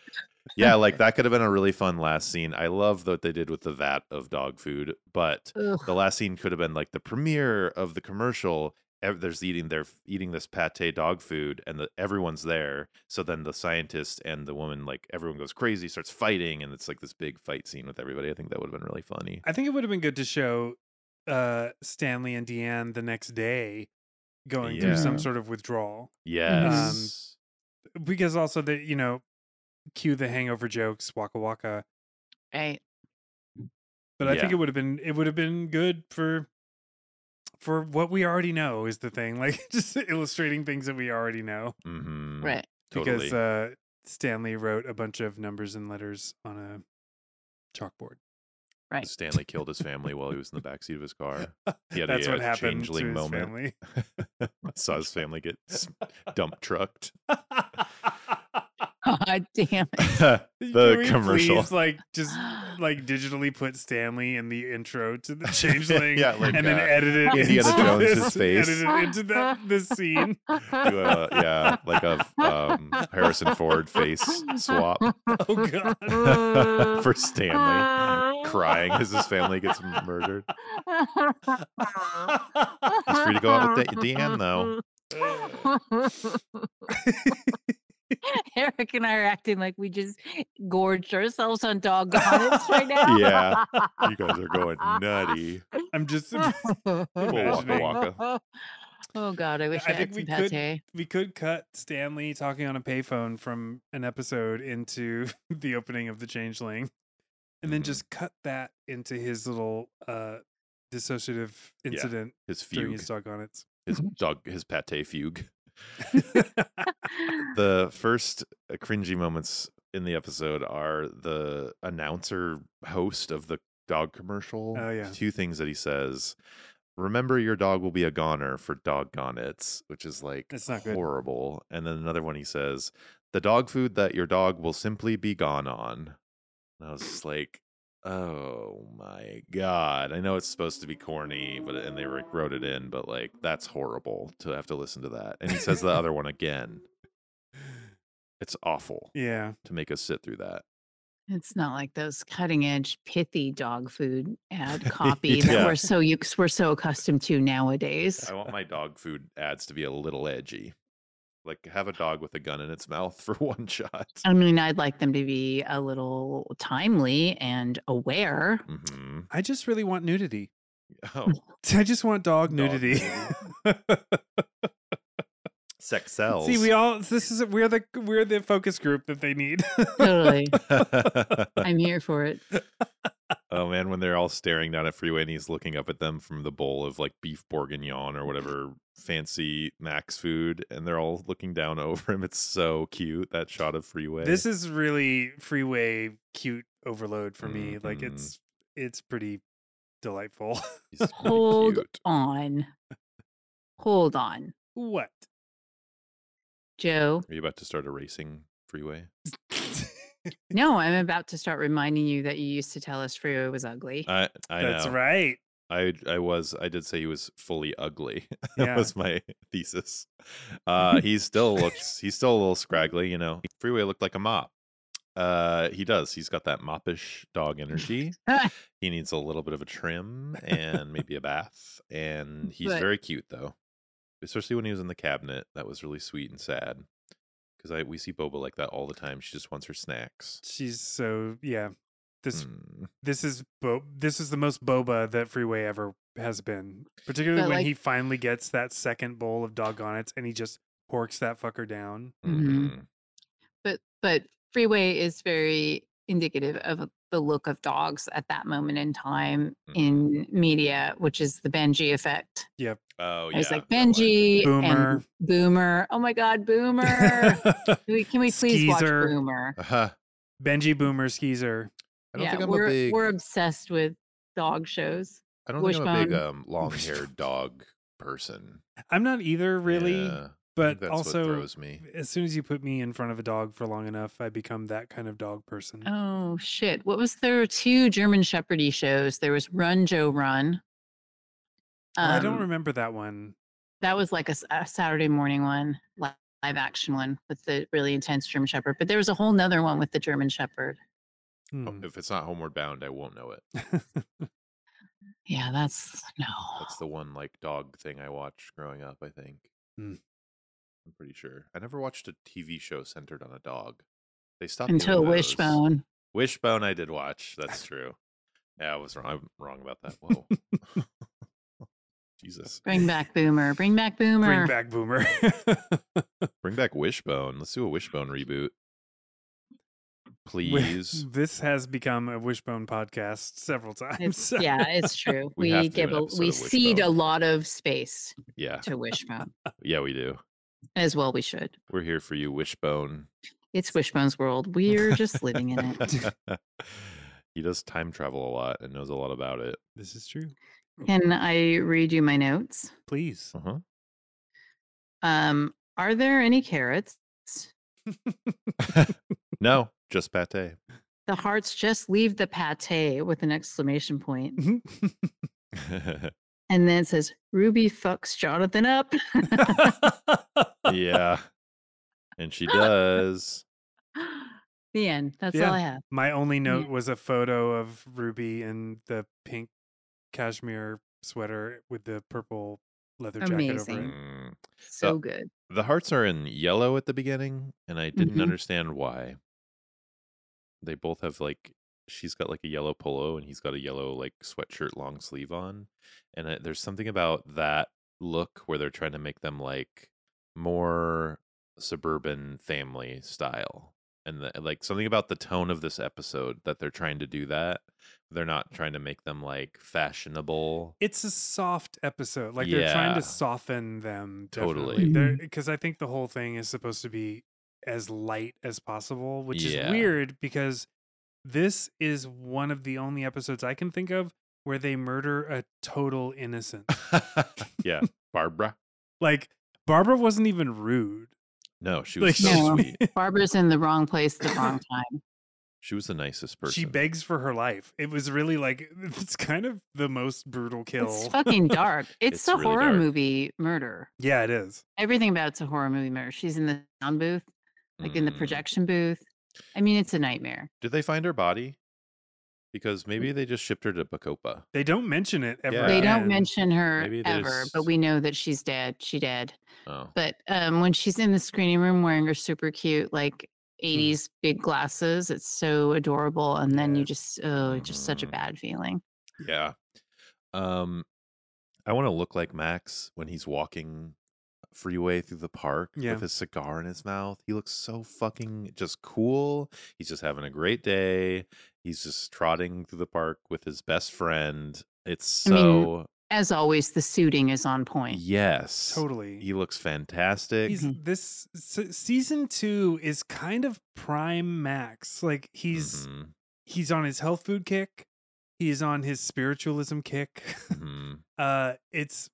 Speaker 3: Yeah, like that could have been a really fun last scene. I love what they did with the vat of dog food, but
Speaker 2: Ugh.
Speaker 3: the last scene could have been like the premiere of the commercial. ev- There's eating they're f- eating this pate dog food, and the, everyone's there. So then the scientist and the woman, like everyone goes crazy, starts fighting, and it's like this big fight scene with everybody. I think that would have been really funny.
Speaker 1: I think it would have been good to show uh, Stanley and Deanne the next day going through
Speaker 3: Yeah.
Speaker 1: some sort of withdrawal.
Speaker 3: Yes,
Speaker 1: Because also, the, you know, cue the hangover jokes, waka waka.
Speaker 2: right.
Speaker 1: but I think
Speaker 3: Yeah.
Speaker 1: it would have been it would have been good for for what we already know is the thing, *laughs* like just illustrating things that we already know.
Speaker 3: mm-hmm.
Speaker 2: Right. *laughs*
Speaker 3: Totally.
Speaker 1: Because uh, Stanley wrote a bunch of numbers and letters on a chalkboard.
Speaker 2: Right.
Speaker 3: Stanley killed his family while he was in the backseat of
Speaker 1: *laughs*
Speaker 3: his car. He had
Speaker 1: That's
Speaker 3: a,
Speaker 1: what
Speaker 3: uh,
Speaker 1: happened to
Speaker 3: changeling
Speaker 1: his
Speaker 3: moment.
Speaker 1: family.
Speaker 3: Saw his family get
Speaker 1: *laughs*
Speaker 3: s- dump trucked. *laughs*
Speaker 2: God damn it.
Speaker 1: Can we
Speaker 3: commercial.
Speaker 1: please, like
Speaker 2: *laughs*
Speaker 3: *laughs*
Speaker 1: just like digitally put Stanley in the intro to
Speaker 3: *laughs*
Speaker 1: the changeling.
Speaker 3: yeah, like
Speaker 1: And then
Speaker 3: uh,
Speaker 1: edit it
Speaker 3: Indiana
Speaker 1: into
Speaker 3: Jones'
Speaker 1: this-
Speaker 3: face.
Speaker 1: edit it into that this
Speaker 2: *laughs*
Speaker 1: scene.
Speaker 3: do a uh, yeah, like a um, Harrison Ford face swap
Speaker 1: Oh god. *laughs*
Speaker 3: *laughs* for Stanley
Speaker 2: *laughs*
Speaker 3: crying as his family gets murdered. He's free to go out with De- Deanne though.
Speaker 2: *laughs* Eric and I are acting like we just gorged ourselves
Speaker 1: *laughs*
Speaker 2: on dog gobbets right now. *laughs*
Speaker 3: Yeah, You guys are going nutty.
Speaker 1: I'm just
Speaker 3: waka
Speaker 1: imagining.
Speaker 3: waka.
Speaker 2: Oh God, I wish
Speaker 1: I
Speaker 2: I, had
Speaker 1: think
Speaker 2: some
Speaker 1: we could-
Speaker 2: pate.
Speaker 1: we could cut Stanley talking on a payphone from an episode into *laughs* the opening of The Changeling, and then
Speaker 3: Mhm.
Speaker 1: just cut that into his little uh dissociative incident
Speaker 3: His
Speaker 1: during
Speaker 3: fugue,
Speaker 1: his dog on it.
Speaker 3: his dog, his pate fugue. The first uh, cringy moments in the episode are the announcer host of the dog commercial.
Speaker 1: Oh, yeah.
Speaker 3: Two things that he says. Remember your dog will be a goner for dog gonates, which is like
Speaker 1: That's not good.
Speaker 3: horrible. And then another one he says, the dog food that your dog will simply be gone on. And I was just like, oh my god. I know it's supposed to be corny, but and they like, wrote it in, but like that's horrible to have to listen to that. And he says the
Speaker 1: *laughs*
Speaker 3: other one again. It's awful
Speaker 1: *laughs* Yeah,
Speaker 3: to make us sit through that.
Speaker 2: It's not like those cutting edge, pithy dog food ad copy
Speaker 3: *laughs* Yeah.
Speaker 2: that we're so u- we're so accustomed to nowadays.
Speaker 3: *laughs* I want my dog food ads to be a little edgy. Like have a dog with a gun in its mouth *laughs* for one shot.
Speaker 2: I mean, I'd like them to be a little timely and aware.
Speaker 3: hmm *laughs*
Speaker 1: I just really want nudity.
Speaker 3: Oh,
Speaker 1: *laughs* I just want dog
Speaker 3: Dog
Speaker 1: nudity. *laughs*
Speaker 3: sex sells.
Speaker 1: See, we all this is we're the we're the focus group that they need.
Speaker 2: Totally. I'm here for it.
Speaker 3: *laughs* oh man, when they're all staring down at Freeway and he's looking up at them from the bowl of like beef bourguignon or whatever fancy Max food, and they're all looking down *laughs* over him. It's so cute that shot of Freeway.
Speaker 1: This is really freeway cute overload for me. Like
Speaker 3: Mhm.
Speaker 1: it's it's pretty delightful. *laughs*
Speaker 3: He's really
Speaker 2: Hold
Speaker 3: cute.
Speaker 2: on. Hold on.
Speaker 1: what?
Speaker 2: Joe,
Speaker 3: Are you about to start erasing Freeway?
Speaker 2: no, I'm about to start reminding you that you used to tell us Freeway was ugly.
Speaker 3: I *laughs* I
Speaker 1: That's
Speaker 3: know.
Speaker 1: right.
Speaker 3: I I was I did say he was fully ugly. *laughs* that
Speaker 1: Yeah.
Speaker 3: was my *laughs* thesis. Uh he still looks he's still a little scraggly, you know. Freeway looked like a mop. Uh he does. He's got that moppish dog energy. he needs a little bit of a trim and maybe a bath. And he's
Speaker 2: But-
Speaker 3: very cute though. Especially when he was in the cabinet. That was really sweet and sad. Because I we see Boba like that all the time. She just wants her snacks.
Speaker 1: She's so yeah. This
Speaker 3: Mm.
Speaker 1: this is bo- this is the most boba that freeway ever has been. Particularly
Speaker 2: But,
Speaker 1: when
Speaker 2: like-
Speaker 1: he finally gets that second bowl of doggonnets and he just porks that fucker down.
Speaker 2: Mhm.
Speaker 3: Mhm.
Speaker 2: but but freeway is very indicative of the look of dogs at that moment in time
Speaker 3: Mhm.
Speaker 2: in media which is the benji effect
Speaker 3: Oh yeah.
Speaker 2: it's like
Speaker 3: that one.
Speaker 2: benji
Speaker 1: Boomer.
Speaker 2: and boomer oh my god
Speaker 3: *laughs*
Speaker 2: boomer Can we- can we please watch
Speaker 1: Skeezer.
Speaker 2: boomer
Speaker 3: Uh-huh.
Speaker 1: *laughs* Benji Boomer Skeezer.
Speaker 3: I don't
Speaker 2: yeah
Speaker 3: think I'm
Speaker 2: we're,
Speaker 3: a big
Speaker 2: we're obsessed with dog shows
Speaker 3: I don't think I'm a big
Speaker 2: Wishbone. *laughs*
Speaker 3: um, long-haired dog person.
Speaker 1: I'm not either really,
Speaker 3: Yeah, I think
Speaker 1: but
Speaker 3: that's
Speaker 1: also
Speaker 3: what throws me.
Speaker 1: as soon as you put me in front of a dog for long enough, I become that kind of dog person.
Speaker 2: oh shit what was there were two german shepherdy shows there was run joe run
Speaker 1: Oh, I don't
Speaker 2: um,
Speaker 1: remember that one.
Speaker 2: that was like a, s- a Saturday morning one, li- live action one with the really intense German Shepherd. But there was a whole nother one with the German Shepherd.
Speaker 1: Hmm.
Speaker 3: Oh, If it's not Homeward Bound, I won't know it.
Speaker 2: Yeah, that's no.
Speaker 3: That's the one like dog thing I watched growing up. I think.
Speaker 1: Mm.
Speaker 3: I'm pretty sure. I never watched a TV show centered on a dog. They stopped doing
Speaker 2: Until
Speaker 3: those.
Speaker 2: Wishbone.
Speaker 3: Wishbone, I did watch.
Speaker 1: *laughs*
Speaker 3: That's true. Yeah, I was wrong. I'm wrong about that. Whoa. *laughs* Jesus,
Speaker 2: Bring back Boomer. Bring back
Speaker 1: *laughs*
Speaker 2: Boomer.
Speaker 1: Bring back *laughs* Boomer.
Speaker 3: bring back Wishbone. Let's do a Wishbone reboot,
Speaker 1: We- *laughs*
Speaker 3: please.
Speaker 1: this has become a Wishbone podcast several times. *laughs*
Speaker 2: It's, yeah, it's true.
Speaker 3: We
Speaker 2: We,
Speaker 3: have to do
Speaker 2: give
Speaker 3: an
Speaker 2: a,
Speaker 3: episode
Speaker 2: we
Speaker 3: of
Speaker 2: cede a
Speaker 3: Wishbone.
Speaker 2: lot of space
Speaker 3: Yeah,
Speaker 2: to Wishbone,
Speaker 3: yeah, we do.
Speaker 2: as well. We should.
Speaker 3: We're here for you, Wishbone.
Speaker 2: It's Wishbone's world. We're just living in it.
Speaker 3: *laughs* he does time travel a lot and knows a lot about it.
Speaker 1: This is true.
Speaker 2: Can I read you my notes?
Speaker 1: Please.
Speaker 3: Uh-huh.
Speaker 2: Um, are there any carrots?
Speaker 3: No, just pate. *laughs*
Speaker 2: The hearts just leave the pate with an exclamation point.
Speaker 3: Mm-hmm.
Speaker 2: And then it says, Ruby fucks Jonathan up.
Speaker 3: *laughs*
Speaker 2: *laughs*
Speaker 3: yeah. And she does.
Speaker 2: the end. That's
Speaker 1: Yeah.
Speaker 2: all I have.
Speaker 1: *laughs* My only note was a photo of Ruby in the pink cashmere sweater with the purple leather jacket over it.
Speaker 2: Amazing.
Speaker 3: Mm.
Speaker 2: So good.
Speaker 3: The hearts are in yellow at the beginning, and I didn't
Speaker 2: Mhm.
Speaker 3: understand why. They both have like she's got like a yellow polo and he's got a yellow like sweatshirt long sleeve on, and I, there's something about that look where they're trying to make them like more suburban family style, and the, like something about the tone of this episode that they're trying to do that. They're not trying to make them like fashionable.
Speaker 1: It's a soft episode. Like they're trying
Speaker 3: Yeah.
Speaker 1: to soften them
Speaker 3: Totally.
Speaker 1: Totally.
Speaker 2: Mm-hmm.
Speaker 1: Because I think the whole thing is supposed to be as light as possible, which
Speaker 3: Yeah.
Speaker 1: is weird because this is one of the only episodes I can think of where they murder a total
Speaker 3: *laughs*
Speaker 1: innocent.
Speaker 3: yeah, Barbara.
Speaker 1: like Barbara wasn't even rude.
Speaker 3: No, she was
Speaker 1: Like,
Speaker 3: so
Speaker 2: No.
Speaker 3: sweet.
Speaker 2: Barbara's in the wrong place at the wrong time.
Speaker 3: She was the nicest person.
Speaker 1: She begs for her life. It was really like *laughs* it's kind of the most brutal kill.
Speaker 2: It's fucking
Speaker 3: *laughs*
Speaker 2: dark. It's,
Speaker 3: It's
Speaker 2: a
Speaker 3: really
Speaker 2: horror
Speaker 3: dark.
Speaker 2: movie murder.
Speaker 1: yeah, it is.
Speaker 2: Everything about it's a horror movie murder. She's in the sound booth, like in the
Speaker 3: Mm.
Speaker 2: projection booth. I mean, it's a nightmare.
Speaker 3: Did they find her body?
Speaker 2: Hmm.
Speaker 3: Because maybe they just shipped her to Bacopa.
Speaker 1: They don't mention it ever.
Speaker 3: Yeah.
Speaker 2: They don't
Speaker 1: again.
Speaker 2: mention her
Speaker 3: Maybe
Speaker 2: ever,
Speaker 3: there's-
Speaker 2: but we know that she's dead. She dead.
Speaker 3: Oh,
Speaker 2: But um, when she's in the screening room wearing her super cute, like
Speaker 3: Mm.
Speaker 2: 80s big glasses, it's so adorable. And
Speaker 1: Yeah.
Speaker 2: then
Speaker 3: Mm.
Speaker 2: you just, oh, it's just such a
Speaker 3: Mhm.
Speaker 2: bad feeling.
Speaker 3: yeah. Um, I want to look like Max when he's walking freeway through the park
Speaker 1: Yeah.
Speaker 3: with his cigar in his mouth. He looks so fucking just cool. He's just having a great day. He's just trotting through the park with his best friend. It's
Speaker 2: I mean,
Speaker 3: so
Speaker 2: As always, the suiting is on point.
Speaker 3: yes.
Speaker 1: Totally.
Speaker 3: He looks fantastic.
Speaker 1: He's this se- season two is kind of prime Max. Like he's
Speaker 3: Mhm,
Speaker 1: he's on his health food kick. He's on his spiritualism kick. *laughs*
Speaker 3: mhm.
Speaker 1: uh, it's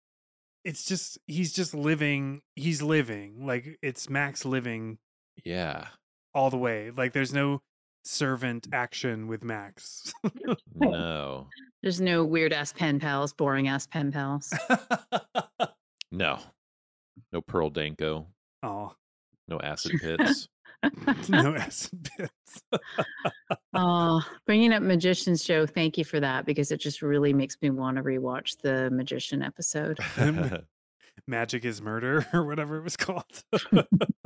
Speaker 1: it's just he's just living. He's living like it's Max living
Speaker 3: yeah.
Speaker 1: all the way. Like there's no servant action with Max.
Speaker 3: No.
Speaker 2: There's no weird ass pen pals, boring ass pen
Speaker 3: *laughs*
Speaker 2: pals.
Speaker 3: No. No Pearl Danko.
Speaker 1: oh,
Speaker 3: No
Speaker 2: *laughs*
Speaker 3: acid pits.
Speaker 1: *laughs* no acid bits.
Speaker 2: Oh, bringing up Magician's Show, thank you for that because it just really makes me want to rewatch the Magician
Speaker 3: *laughs*
Speaker 2: episode.
Speaker 1: *laughs* Magic is murder *laughs* or whatever it was called.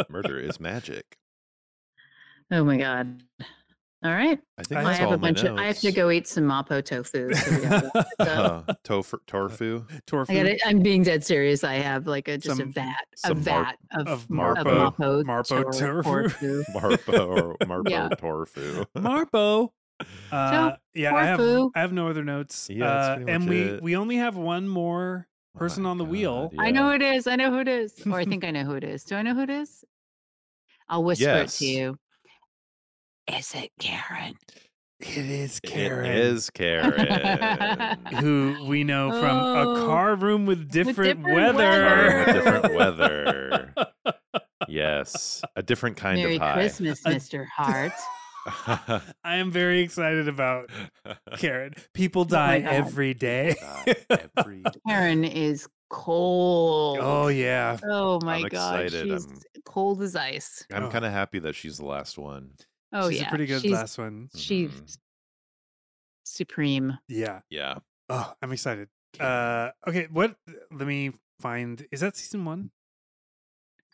Speaker 3: Murder is magic.
Speaker 2: Oh my God. All right.
Speaker 3: I think
Speaker 1: I
Speaker 2: I,
Speaker 3: that's
Speaker 2: have
Speaker 3: all
Speaker 2: a
Speaker 3: my
Speaker 2: bunch of, I have to
Speaker 3: *laughs* notes.
Speaker 2: go eat some Mapo tofu. so we don't have to-
Speaker 3: *laughs* Uh,
Speaker 2: *laughs*
Speaker 3: tofu, tofu.
Speaker 1: *laughs* Torfu.
Speaker 2: I got I'm being dead serious. I have like a just a
Speaker 1: Some-
Speaker 2: vat, a
Speaker 3: some mar-
Speaker 2: vat of,
Speaker 1: of
Speaker 2: mar- of Mapo,
Speaker 3: Marpo-
Speaker 1: Marpo
Speaker 2: tor-
Speaker 1: *laughs* tofu.
Speaker 2: torfu.
Speaker 3: Marpo or
Speaker 2: *laughs*
Speaker 3: Marpo
Speaker 2: Yeah.
Speaker 3: *laughs* Torfu. Oh
Speaker 1: Marpo. Uh, yeah, I have,
Speaker 2: Torfu.
Speaker 1: I have no other notes.
Speaker 3: Yeah, that's
Speaker 1: uh,
Speaker 3: pretty
Speaker 1: and
Speaker 3: much
Speaker 1: we
Speaker 3: it.
Speaker 1: we only have one more.
Speaker 3: Oh
Speaker 1: Person
Speaker 3: my
Speaker 1: on the wheel.
Speaker 3: God,
Speaker 2: I know
Speaker 3: yeah.
Speaker 2: who it is. I know who it is.
Speaker 1: *laughs*
Speaker 2: Or I think I know who it is. Do I know who it is? I'll whisper it
Speaker 3: Yes.
Speaker 2: to you. Is it Karen?
Speaker 1: It is
Speaker 3: It is Karen.
Speaker 2: *laughs*
Speaker 1: who we know from a
Speaker 2: Oh,
Speaker 1: car room with different,
Speaker 2: different
Speaker 1: weather.
Speaker 3: Or a different
Speaker 2: *laughs*
Speaker 3: weather. Yes. A different kind
Speaker 2: Merry
Speaker 3: of high. *laughs*
Speaker 2: Christmas,
Speaker 1: Uh, *laughs*
Speaker 2: Mr. Hart.
Speaker 1: *laughs* I am very excited about Karen. People
Speaker 2: Oh
Speaker 1: die
Speaker 2: my God.
Speaker 1: every day. *laughs*
Speaker 3: God, every-
Speaker 2: *laughs* Karen is cold.
Speaker 1: Oh yeah.
Speaker 2: Oh my
Speaker 3: I'm
Speaker 2: god.
Speaker 3: excited.
Speaker 2: She's
Speaker 3: I'm-
Speaker 2: cold as ice.
Speaker 3: I'm
Speaker 1: Oh.
Speaker 3: kind of happy that she's the last one.
Speaker 2: Oh
Speaker 1: She's
Speaker 2: yeah.
Speaker 1: a pretty good Mm-hmm.
Speaker 2: she's,
Speaker 1: last one.
Speaker 2: She's
Speaker 3: Mhm.
Speaker 2: supreme.
Speaker 1: Yeah.
Speaker 3: Yeah.
Speaker 1: Oh, I'm excited. Uh okay, what let me find is that season one?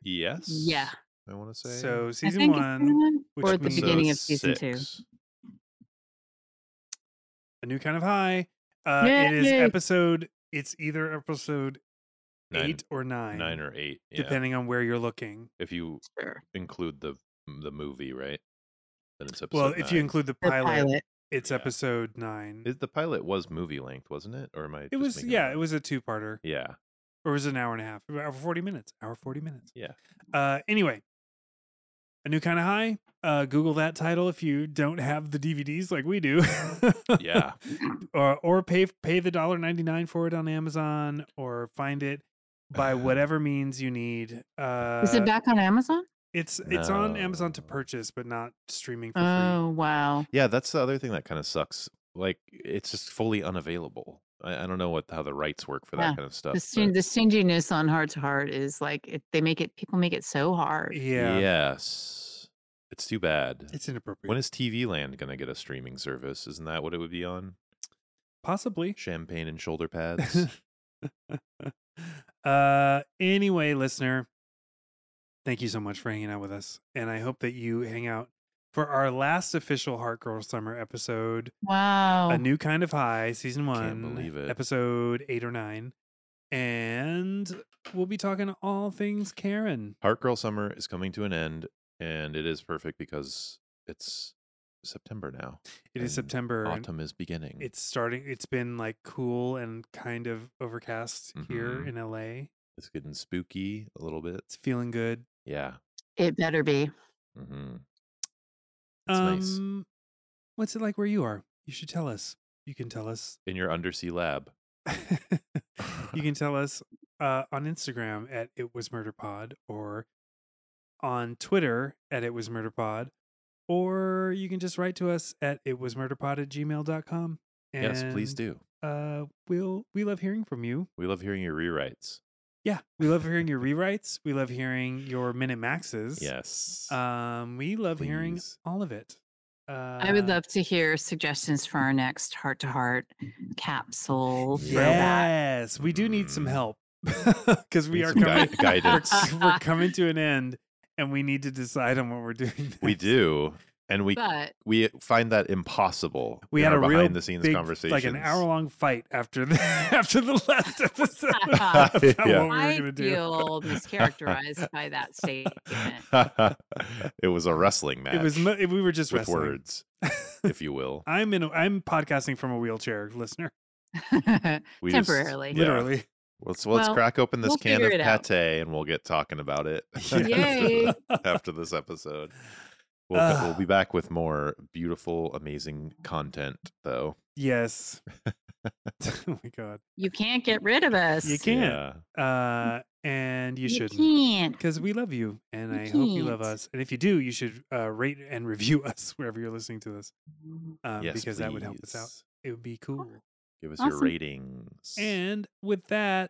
Speaker 3: Yes.
Speaker 2: Yeah.
Speaker 3: I want to say.
Speaker 1: So
Speaker 2: I
Speaker 1: season
Speaker 2: think it's season
Speaker 1: one,
Speaker 2: one
Speaker 1: which
Speaker 2: or at the
Speaker 1: means-
Speaker 2: beginning of season two.
Speaker 1: a new kind of high. Uh it is
Speaker 2: Yay.
Speaker 1: episode it's either episode
Speaker 3: Nine,
Speaker 1: eight or nine.
Speaker 3: nine or eight. Yeah.
Speaker 1: depending on where you're looking.
Speaker 3: If you
Speaker 2: Sure.
Speaker 3: include the the movie, right? Then it's episode.
Speaker 1: Well, if you
Speaker 3: nine.
Speaker 1: include the
Speaker 2: The
Speaker 1: pilot,
Speaker 2: pilot.
Speaker 1: it's
Speaker 3: Yeah.
Speaker 1: episode nine.
Speaker 3: It- the pilot was movie length, wasn't it? Or am I?
Speaker 1: it
Speaker 3: just
Speaker 1: was
Speaker 3: making
Speaker 1: yeah,
Speaker 3: that
Speaker 1: it was a two parter.
Speaker 3: up?
Speaker 1: *laughs*
Speaker 3: Yeah.
Speaker 1: Or was it an hour and a half? Hour forty minutes. Hour forty minutes.
Speaker 3: Yeah.
Speaker 1: Uh anyway. A new kind of high. Uh Google that title if you don't have the DVDs like we do.
Speaker 3: Yeah.
Speaker 1: *laughs* or or pay pay the dollar ninety nine for it on Amazon or find it
Speaker 3: Uh.
Speaker 1: by whatever means you need. Uh
Speaker 2: Is it back on Amazon?
Speaker 1: it's it's on Amazon to
Speaker 3: No.
Speaker 1: purchase, but not streaming for free.
Speaker 2: Oh wow.
Speaker 3: yeah, that's the other thing that kind of sucks. Like it's just fully unavailable. I, I don't know what how the rights work for that
Speaker 2: Yeah.
Speaker 3: kind of stuff.
Speaker 2: The, sting
Speaker 3: but-
Speaker 2: the stinginess on Heart to Heart is like it, they make it. People make it so hard.
Speaker 1: Yeah.
Speaker 3: Yes. It's too bad.
Speaker 1: It's inappropriate.
Speaker 3: when is TV Land going to get a streaming service? Isn't that what it would be on?
Speaker 1: possibly?
Speaker 3: Champagne and
Speaker 1: *laughs*
Speaker 3: shoulder pads.
Speaker 1: uh anyway listener thank you so much for hanging out with us and i hope that you hang out for our last official heart girl summer episode
Speaker 2: Wow.
Speaker 1: a new kind of high season one
Speaker 3: Oh. believe it.
Speaker 1: episode eight or nine and we'll be talking all things karen
Speaker 3: Heart Girl Summer is coming to an end, and it is perfect because it's September now.
Speaker 1: it is
Speaker 3: And
Speaker 1: september and
Speaker 3: Autumn is beginning.
Speaker 1: it's starting it's been like cool and kind of overcast here
Speaker 3: Mhm.
Speaker 1: in la
Speaker 3: it's getting spooky a little bit.
Speaker 1: it's feeling good
Speaker 3: Yeah.
Speaker 2: it better be.
Speaker 3: Mm-hmm. It's nice.
Speaker 1: um what's it like where you are you should tell us you can tell us *laughs*
Speaker 3: In your undersea lab. *laughs*
Speaker 1: you can tell us uh, on Instagram at it was murder pod or on Twitter at it was murder pod or you can just write to us at it was murder pod at gmail.com. And,
Speaker 3: yes, please do.
Speaker 1: Uh, we'll we love hearing from you.
Speaker 3: We love hearing your rewrites.
Speaker 1: Yeah, we love hearing your rewrites. We love hearing your minute maxes.
Speaker 3: Yes.
Speaker 1: Um, we love hearing
Speaker 3: Please.
Speaker 1: all of it. Uh,
Speaker 2: I would love to hear suggestions for our next Heart to Heart capsule throwback.
Speaker 1: Yes, we do need some
Speaker 3: Mm.
Speaker 1: help *laughs* because we
Speaker 3: Need
Speaker 1: are *laughs*
Speaker 3: some
Speaker 1: coming.
Speaker 3: gui- guidance.
Speaker 1: we're coming to an end and we need to decide on what we're doing.
Speaker 3: we
Speaker 1: next.
Speaker 3: do. and we
Speaker 2: But
Speaker 3: we find that impossible.
Speaker 1: We
Speaker 3: in
Speaker 1: had
Speaker 3: our
Speaker 1: a real
Speaker 3: behind the scenes
Speaker 1: Big,
Speaker 3: conversation,
Speaker 1: like an hour long fight after the *laughs* after the last
Speaker 2: *laughs*
Speaker 1: episode. about
Speaker 3: Yeah.
Speaker 1: what we were
Speaker 2: I
Speaker 1: gonna do.
Speaker 2: feel
Speaker 1: *laughs*
Speaker 2: mischaracterized by that statement. *laughs*
Speaker 3: *laughs* it was a wrestling match.
Speaker 1: It was mo- we were just
Speaker 3: with
Speaker 1: wrestling.
Speaker 3: words, if you will.
Speaker 1: *laughs* I'm in. A, I'm podcasting from a wheelchair, listener.
Speaker 3: We just-
Speaker 2: Temporarily.
Speaker 3: yeah.
Speaker 1: Literally.
Speaker 3: Let's let's
Speaker 2: Well,
Speaker 3: crack open this
Speaker 2: we'll
Speaker 3: can of
Speaker 2: figure it out.
Speaker 3: pate and we'll get talking about it. *laughs*
Speaker 2: Yay.
Speaker 3: after this episode. We'll,
Speaker 1: Ah.
Speaker 3: we'll be back with more beautiful, amazing content, though. *laughs*
Speaker 1: Yes. *laughs* oh my god.
Speaker 2: you can't get rid of us.
Speaker 1: You can't. Uh, and you, shouldn't.
Speaker 2: can't.
Speaker 1: Because we love you, and
Speaker 2: You
Speaker 1: I hope you love
Speaker 2: can't.
Speaker 1: us. And if you do, you should uh, rate and review *laughs* us wherever you're listening to this,
Speaker 3: Yeah.
Speaker 1: um,
Speaker 3: Yes,
Speaker 1: because that would help us out.
Speaker 3: please.
Speaker 1: It would be cool.
Speaker 3: Give us your
Speaker 2: Awesome.
Speaker 3: ratings.
Speaker 1: And with that,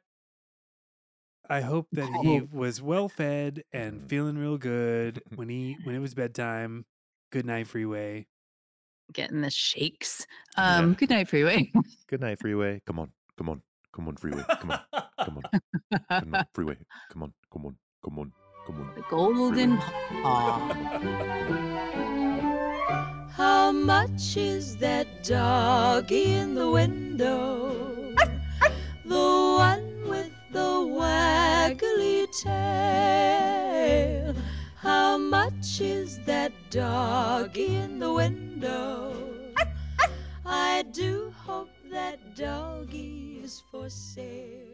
Speaker 1: I hope that he was well fed and
Speaker 3: Mhm.
Speaker 1: feeling real
Speaker 3: *laughs*
Speaker 1: good when he when it was bedtime. Good night, freeway.
Speaker 2: Getting the shakes.
Speaker 3: Yeah.
Speaker 2: Um, Good night, freeway. *laughs*
Speaker 3: Good night, freeway. Come on, come on, come on, freeway. Come on, come on,
Speaker 2: *laughs*
Speaker 3: come on, freeway. Come on, come on, come on, come on.
Speaker 2: The golden paw.
Speaker 4: How much is that dog in the window? The one with the waggly tail. How much is that dog in the window? I do hope that dog is for sale.